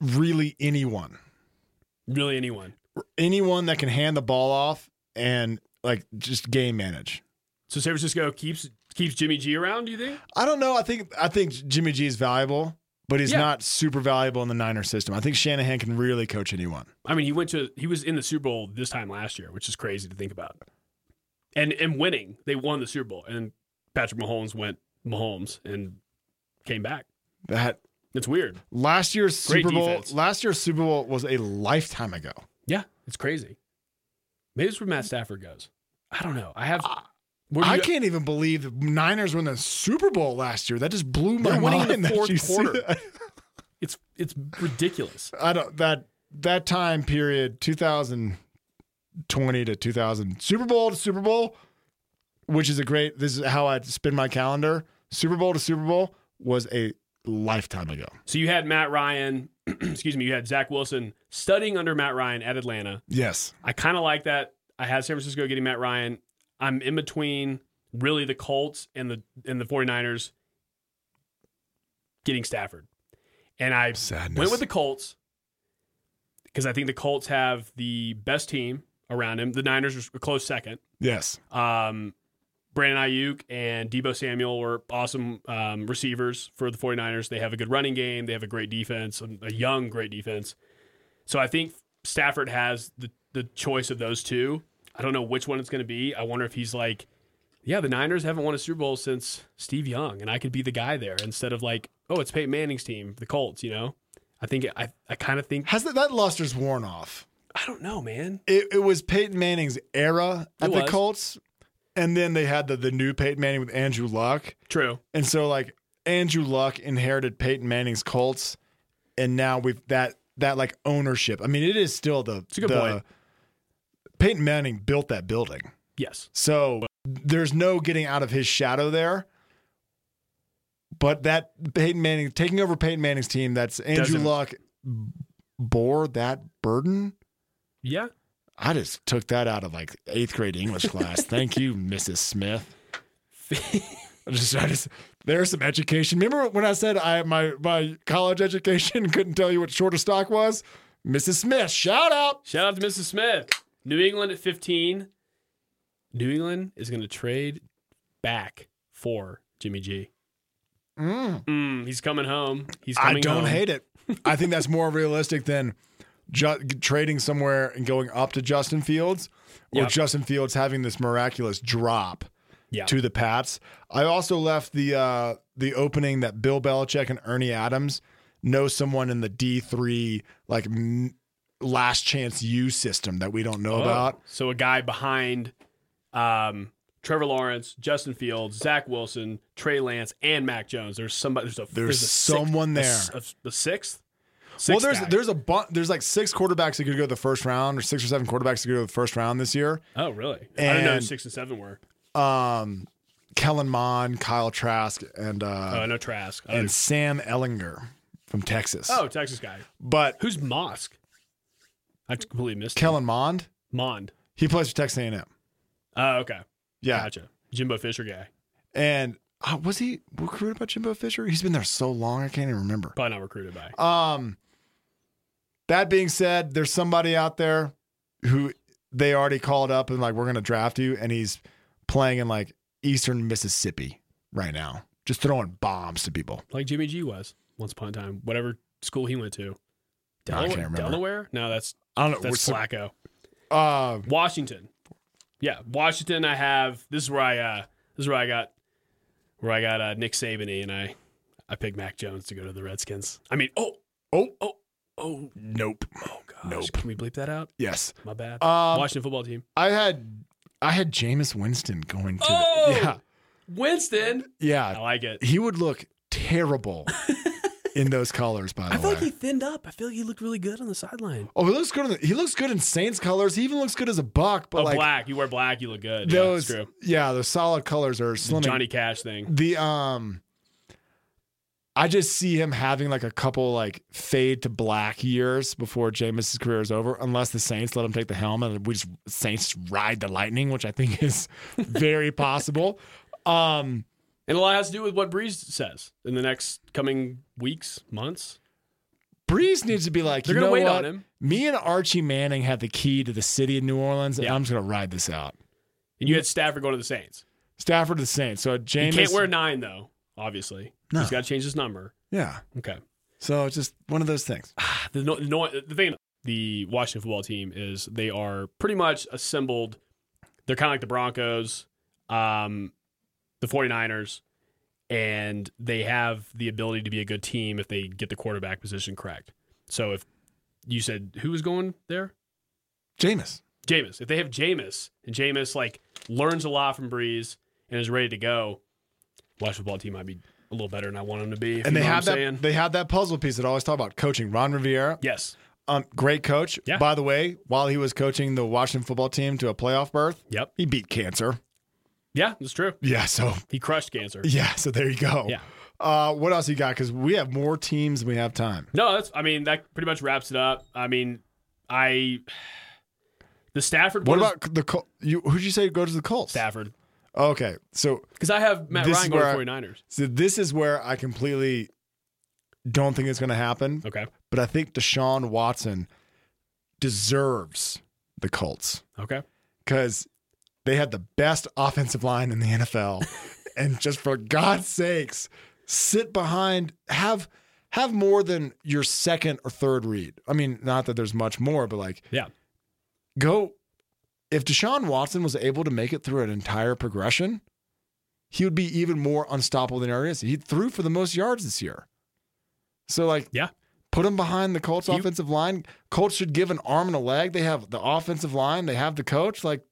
[SPEAKER 2] really anyone,
[SPEAKER 3] really anyone?
[SPEAKER 2] anyone that can hand the ball off and like just game manage.
[SPEAKER 3] So San Francisco keeps keeps Jimmy G around. Do you think?
[SPEAKER 2] I don't know. I think I think Jimmy G is valuable, but he's
[SPEAKER 3] Yeah.
[SPEAKER 2] not super valuable in the Niner system. I think Shanahan can really coach anyone.
[SPEAKER 3] I mean, he went to he was in the Super Bowl this time last year, which is crazy to think about. And and winning, they won the Super Bowl, and Patrick Mahomes went Mahomes and came back.
[SPEAKER 2] That
[SPEAKER 3] It's weird.
[SPEAKER 2] Last year's
[SPEAKER 3] Great
[SPEAKER 2] Super Bowl.
[SPEAKER 3] defense.
[SPEAKER 2] Last year's Super Bowl was a lifetime ago.
[SPEAKER 3] Yeah, it's crazy. Maybe it's where Matt Stafford goes. I don't know. I have. Where do
[SPEAKER 2] I
[SPEAKER 3] you-
[SPEAKER 2] can't even believe the Niners won the Super Bowl last year. That just blew my
[SPEAKER 3] They're winning
[SPEAKER 2] mind.
[SPEAKER 3] in the
[SPEAKER 2] that
[SPEAKER 3] fourth
[SPEAKER 2] you see
[SPEAKER 3] quarter.
[SPEAKER 2] that.
[SPEAKER 3] It's it's ridiculous.
[SPEAKER 2] I don't that that time period, 2020 to 2000 Super Bowl to Super Bowl, which is a great. This is how I spin my calendar. Super Bowl to Super Bowl was a lifetime ago.
[SPEAKER 3] So you had Matt Ryan, excuse me, you had Zach Wilson studying under Matt Ryan at Atlanta.
[SPEAKER 2] Yes,
[SPEAKER 3] I kind of like that. I had San Francisco getting Matt Ryan. I'm in between really the Colts and the and the 49ers getting Stafford. And I
[SPEAKER 2] sadness.
[SPEAKER 3] went with the Colts because I think the Colts have the best team around him. The Niners are a close second.
[SPEAKER 2] yes,
[SPEAKER 3] Um, Brandon Ayuk and Debo Samuel were awesome um, receivers for the 49ers. They have a good running game. They have a great defense, a a young, great defense. So I think Stafford has the, the choice of those two. I don't know which one it's going to be. I wonder if he's like, yeah, the Niners haven't won a Super Bowl since Steve Young, and I could be the guy there instead of like, oh, it's Peyton Manning's team, the Colts, you know? I think, I, I kind of think,
[SPEAKER 2] has that, that luster's worn off?
[SPEAKER 3] I don't know, man.
[SPEAKER 2] it, it was Peyton Manning's era at
[SPEAKER 3] It
[SPEAKER 2] the
[SPEAKER 3] was.
[SPEAKER 2] Colts, and then they had the the new Peyton Manning with Andrew Luck,
[SPEAKER 3] True.
[SPEAKER 2] and so like Andrew Luck inherited Peyton Manning's Colts, and now we've that that like ownership. I mean, it is still the
[SPEAKER 3] a good
[SPEAKER 2] the-
[SPEAKER 3] point.
[SPEAKER 2] Peyton Manning built that building,
[SPEAKER 3] Yes.
[SPEAKER 2] so there's no getting out of his shadow there. But that Peyton Manning taking over Peyton Manning's team, that's Andrew
[SPEAKER 3] Doesn't-
[SPEAKER 2] Luck bore that burden.
[SPEAKER 3] Yeah.
[SPEAKER 2] I just took that out of like eighth grade English class. Thank you, Mrs. Smith. I just, I just, there's some education. Remember when I said I my my college education couldn't tell you what short of stock was? Mrs. Smith, shout out.
[SPEAKER 3] Shout out to Mrs. Smith. New England at 15. New England is going to trade back for Jimmy G.
[SPEAKER 2] Mm.
[SPEAKER 3] Mm, he's coming home. He's coming
[SPEAKER 2] I don't
[SPEAKER 3] home.
[SPEAKER 2] hate it. I think that's more realistic than ju- trading somewhere and going up to Justin Fields, or
[SPEAKER 3] Yeah.
[SPEAKER 2] Justin Fields having this miraculous drop.
[SPEAKER 3] Yeah.
[SPEAKER 2] to the Pats. I also left the uh, the opening that Bill Belichick and Ernie Adams know someone in the D three like m- last chance U system that we don't know
[SPEAKER 3] Oh,
[SPEAKER 2] about.
[SPEAKER 3] So a guy behind um, Trevor Lawrence, Justin Fields, Zach Wilson, Trey Lance, and Mac Jones. There's somebody. There's a
[SPEAKER 2] There's,
[SPEAKER 3] a
[SPEAKER 2] someone there.
[SPEAKER 3] sixth, a s- a- the sixth.
[SPEAKER 2] well,
[SPEAKER 3] Sixth
[SPEAKER 2] there's
[SPEAKER 3] guy.
[SPEAKER 2] there's a bu- there's like six quarterbacks that could go the first round, or six or seven quarterbacks that could go the first round this year.
[SPEAKER 3] oh really? I don't know who
[SPEAKER 2] and-
[SPEAKER 3] six and seven were.
[SPEAKER 2] Um, Kellen Mond, Kyle Trask, and
[SPEAKER 3] Oh,
[SPEAKER 2] uh,
[SPEAKER 3] I know Trask. I don't
[SPEAKER 2] and Sam Ellinger from Texas.
[SPEAKER 3] know- oh, Texas guy.
[SPEAKER 2] but
[SPEAKER 3] Who's Mosk? I completely missed him.
[SPEAKER 2] Kellen Mond,
[SPEAKER 3] Mond.
[SPEAKER 2] he plays for Texas A&M.
[SPEAKER 3] Oh, okay.
[SPEAKER 2] Yeah,
[SPEAKER 3] Gotcha. Jimbo Fisher guy.
[SPEAKER 2] And uh, was he recruited by Jimbo Fisher? He's been there so long, I can't even remember.
[SPEAKER 3] Probably not recruited by.
[SPEAKER 2] Um, that being said, there's somebody out there who they already called up and like we're gonna draft you, and he's playing in like Eastern Mississippi right now, just throwing bombs to people.
[SPEAKER 3] Like Jimmy G was once upon a time, whatever school he went to.
[SPEAKER 2] No, I
[SPEAKER 3] Delaware?
[SPEAKER 2] can't remember.
[SPEAKER 3] Delaware? No, that's
[SPEAKER 2] I don't know.
[SPEAKER 3] that's
[SPEAKER 2] we're-
[SPEAKER 3] Flacco.
[SPEAKER 2] uh,
[SPEAKER 3] Washington. Yeah, Washington. I have this is where I uh, this is where I got where I got uh, Nick Saban and I I picked Mac Jones to go to the Redskins. I mean, oh
[SPEAKER 2] Oh,
[SPEAKER 3] oh oh
[SPEAKER 2] nope.
[SPEAKER 3] oh gosh, can we bleep that out?
[SPEAKER 2] Yes.
[SPEAKER 3] My bad.
[SPEAKER 2] Um,
[SPEAKER 3] Washington football team.
[SPEAKER 2] I had I had Jameis Winston going to
[SPEAKER 3] Oh!
[SPEAKER 2] the, Yeah.
[SPEAKER 3] Winston. I
[SPEAKER 2] Yeah.
[SPEAKER 3] like it.
[SPEAKER 2] He would look terrible in those colors, by the
[SPEAKER 3] I feel
[SPEAKER 2] way.
[SPEAKER 3] like he thinned up. I feel like he looked really good on the sideline.
[SPEAKER 2] oh, he looks good in the, he looks good in Saints colors. He even looks good as a buck, but
[SPEAKER 3] oh,
[SPEAKER 2] like
[SPEAKER 3] black. You wear black, you look good. Yeah,
[SPEAKER 2] those
[SPEAKER 3] that's true.
[SPEAKER 2] yeah, the solid colors are slimming.
[SPEAKER 3] Johnny Cash thing.
[SPEAKER 2] the um I just see him having like a couple like fade to black years before Jameis' career is over, unless the Saints let him take the helm and we just Saints ride the lightning, which I think is very possible. Um
[SPEAKER 3] And a lot has to do with what Breeze says in the next coming weeks, months.
[SPEAKER 2] Breeze needs to be like,
[SPEAKER 3] They're
[SPEAKER 2] you
[SPEAKER 3] gonna
[SPEAKER 2] know
[SPEAKER 3] wait
[SPEAKER 2] what?
[SPEAKER 3] on him.
[SPEAKER 2] Me and Archie Manning have the key to the city of New Orleans, and
[SPEAKER 3] Yeah.
[SPEAKER 2] I'm just gonna ride this out.
[SPEAKER 3] And you had Stafford going to the Saints.
[SPEAKER 2] Stafford to the Saints. So
[SPEAKER 3] He
[SPEAKER 2] Mm. Jameis
[SPEAKER 3] can't wear nine though, obviously.
[SPEAKER 2] No.
[SPEAKER 3] He's got to change his number.
[SPEAKER 2] Yeah.
[SPEAKER 3] Okay.
[SPEAKER 2] So it's just one of those things.
[SPEAKER 3] The no, no, the thing the Washington football team is they are pretty much assembled. They're kind of like the Broncos, um, the 49ers, and they have the ability to be a good team if they get the quarterback position correct. So if you said who was going there?
[SPEAKER 2] Jameis.
[SPEAKER 3] Jameis. If they have Jameis and Jameis like learns a lot from Breeze and is ready to go, Washington football team might be a little better than I want them to be. if
[SPEAKER 2] And
[SPEAKER 3] you
[SPEAKER 2] they
[SPEAKER 3] know what
[SPEAKER 2] have that
[SPEAKER 3] I'm saying.
[SPEAKER 2] they have that puzzle piece that I always talk about coaching. Ron Riviera,
[SPEAKER 3] yes.
[SPEAKER 2] um, great coach.
[SPEAKER 3] Yeah.
[SPEAKER 2] By the way, while he was coaching the Washington football team to a playoff berth,
[SPEAKER 3] Yep.
[SPEAKER 2] he beat cancer.
[SPEAKER 3] Yeah, that's true.
[SPEAKER 2] Yeah, so
[SPEAKER 3] He crushed cancer.
[SPEAKER 2] yeah, so there you go.
[SPEAKER 3] Yeah.
[SPEAKER 2] Uh, what else you got? Because we have more teams than we have time.
[SPEAKER 3] No, that's. I mean, that pretty much wraps it up. I mean, I the Stafford.
[SPEAKER 2] What
[SPEAKER 3] one is-
[SPEAKER 2] about the Col- you? Who'd you say go to the Colts?
[SPEAKER 3] Stafford?
[SPEAKER 2] Okay, so
[SPEAKER 3] Because I have Matt
[SPEAKER 2] This
[SPEAKER 3] Ryan
[SPEAKER 2] is
[SPEAKER 3] going
[SPEAKER 2] where I-
[SPEAKER 3] to 49ers.
[SPEAKER 2] so this is where I completely don't think it's going to happen.
[SPEAKER 3] Okay.
[SPEAKER 2] But I think Deshaun Watson deserves the Colts.
[SPEAKER 3] Okay.
[SPEAKER 2] because they had the best offensive line in the NFL. and just for God's sakes, sit behind, have have more than your second or third read. I mean, not that there's much more, but like
[SPEAKER 3] Yeah.
[SPEAKER 2] go if Deshaun Watson was able to make it through an entire progression, he would be even more unstoppable than he already is. He threw for the most yards this year. So like
[SPEAKER 3] Yeah.
[SPEAKER 2] Put him behind the Colts
[SPEAKER 3] You-
[SPEAKER 2] offensive line. Colts should give an arm and a leg. They have the offensive line. They have the coach. Like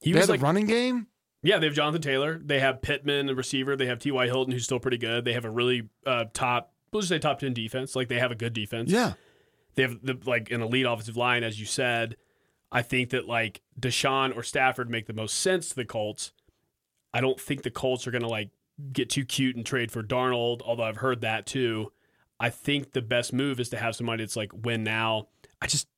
[SPEAKER 3] He
[SPEAKER 2] they
[SPEAKER 3] was
[SPEAKER 2] had
[SPEAKER 3] like,
[SPEAKER 2] the running game.
[SPEAKER 3] yeah, they have Jonathan Taylor. They have Pittman, a receiver. They have T.Y. Hilton, who's still pretty good. They have a really uh, top, we'll just say top 10 defense. Like, they have a good defense.
[SPEAKER 2] Yeah,
[SPEAKER 3] They have, the, like, an elite offensive line, as you said. I think that, like, Deshaun or Stafford make the most sense to the Colts. I don't think the Colts are going to, like, get too cute and trade for Darnold, although I've heard that too. I think the best move is to have somebody that's, like, win now. I just,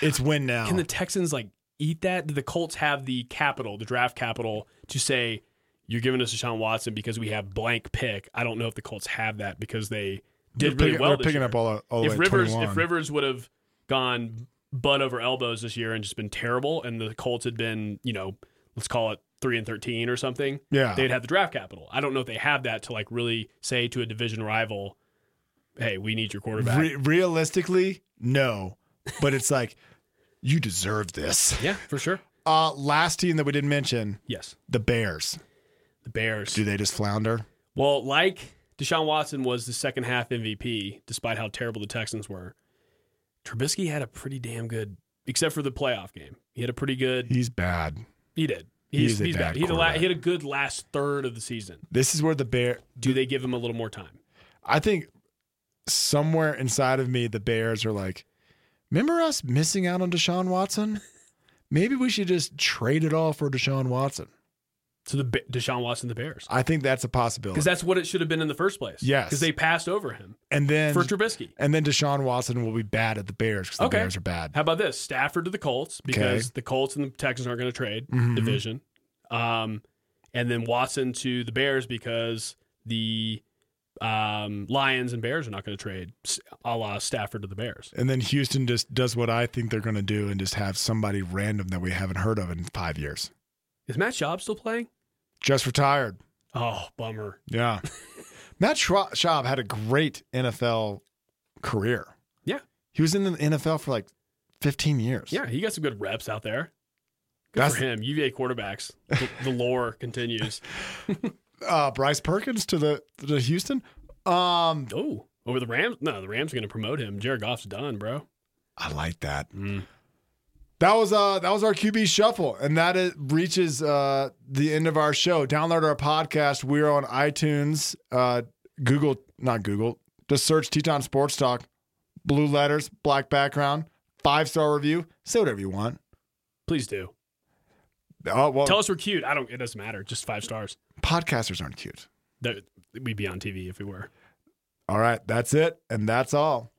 [SPEAKER 2] it's win now.
[SPEAKER 3] can the Texans like eat that? Do the Colts have the capital, the draft capital, to say you're giving us Deshaun Watson because we have blank pick? I don't know if the Colts have that because they
[SPEAKER 2] They're
[SPEAKER 3] did
[SPEAKER 2] picking,
[SPEAKER 3] really well.
[SPEAKER 2] they're
[SPEAKER 3] this
[SPEAKER 2] picking
[SPEAKER 3] year.
[SPEAKER 2] up all, the- all the way
[SPEAKER 3] if
[SPEAKER 2] to
[SPEAKER 3] Rivers,
[SPEAKER 2] 21.
[SPEAKER 3] if Rivers would have gone butt over elbows this year and just been terrible, and the Colts had been, you know, let's call it three and thirteen or something,
[SPEAKER 2] yeah,
[SPEAKER 3] they'd have the draft capital. I don't know if they have that to like really say to a division rival, "Hey, we need your quarterback."
[SPEAKER 2] Re- realistically, no, but it's like you deserve this.
[SPEAKER 3] yeah, for sure.
[SPEAKER 2] Uh, last team that we didn't mention,
[SPEAKER 3] Yes,
[SPEAKER 2] the Bears.
[SPEAKER 3] the Bears.
[SPEAKER 2] Do they just flounder?
[SPEAKER 3] Well, like Deshaun Watson was the second half MVP, despite how terrible the Texans were. Trubisky had a pretty damn good, except for the playoff game. He had a pretty good.
[SPEAKER 2] He's bad.
[SPEAKER 3] He did.
[SPEAKER 2] He's
[SPEAKER 3] He's, he's,
[SPEAKER 2] a bad
[SPEAKER 3] bad. He had, a la-
[SPEAKER 2] quarterback.
[SPEAKER 3] he had a good last third of the season.
[SPEAKER 2] This is where the Bear.
[SPEAKER 3] Do they give him a little more time?
[SPEAKER 2] I think somewhere inside of me, the Bears are like, remember us missing out on Deshaun Watson? Maybe we should just trade it all for Deshaun Watson.
[SPEAKER 3] To the Ba- Deshaun Watson, the Bears,
[SPEAKER 2] I think that's a possibility.
[SPEAKER 3] because that's what it should have been in the first place.
[SPEAKER 2] Yes.
[SPEAKER 3] because they passed over him
[SPEAKER 2] and then
[SPEAKER 3] for Trubisky.
[SPEAKER 2] And then Deshaun Watson will be bad at the Bears because the
[SPEAKER 3] Okay.
[SPEAKER 2] Bears are bad.
[SPEAKER 3] How about this? Stafford to the Colts because the Colts and the Texans aren't going to trade
[SPEAKER 2] Mhm.
[SPEAKER 3] division. Um, and then Watson to the Bears because the um, Lions and Bears are not going to trade s- a la Stafford to the Bears.
[SPEAKER 2] And then Houston just does what I think they're going to do and just have somebody random that we haven't heard of in five years.
[SPEAKER 3] Is Matt Schaub still playing?
[SPEAKER 2] Just retired.
[SPEAKER 3] Oh, bummer.
[SPEAKER 2] Yeah. Matt Schwa- Schaub had a great NFL career.
[SPEAKER 3] Yeah.
[SPEAKER 2] He was in the NFL for like 15 years.
[SPEAKER 3] Yeah, he got some good reps out there. Good
[SPEAKER 2] That's-
[SPEAKER 3] for him. UVA quarterbacks. The, the lore continues.
[SPEAKER 2] Uh, Bryce Perkins to the to Houston. Um,
[SPEAKER 3] Oh, over the Rams? No, the Rams are going to promote him. Jared Goff's done, bro.
[SPEAKER 2] I like that. That was uh that was our QB shuffle, and that is, reaches uh the end of our show. Download our podcast. We're on iTunes, uh Google, not Google. Just search Teton Sports Talk, blue letters, black background, five star review. Say whatever you want.
[SPEAKER 3] Please do.
[SPEAKER 2] Oh well,
[SPEAKER 3] Tell us we're cute. I don't. It doesn't matter. Just five stars.
[SPEAKER 2] podcasters aren't cute.
[SPEAKER 3] That- We'd be on TV if we were.
[SPEAKER 2] All right, that's it, and that's all.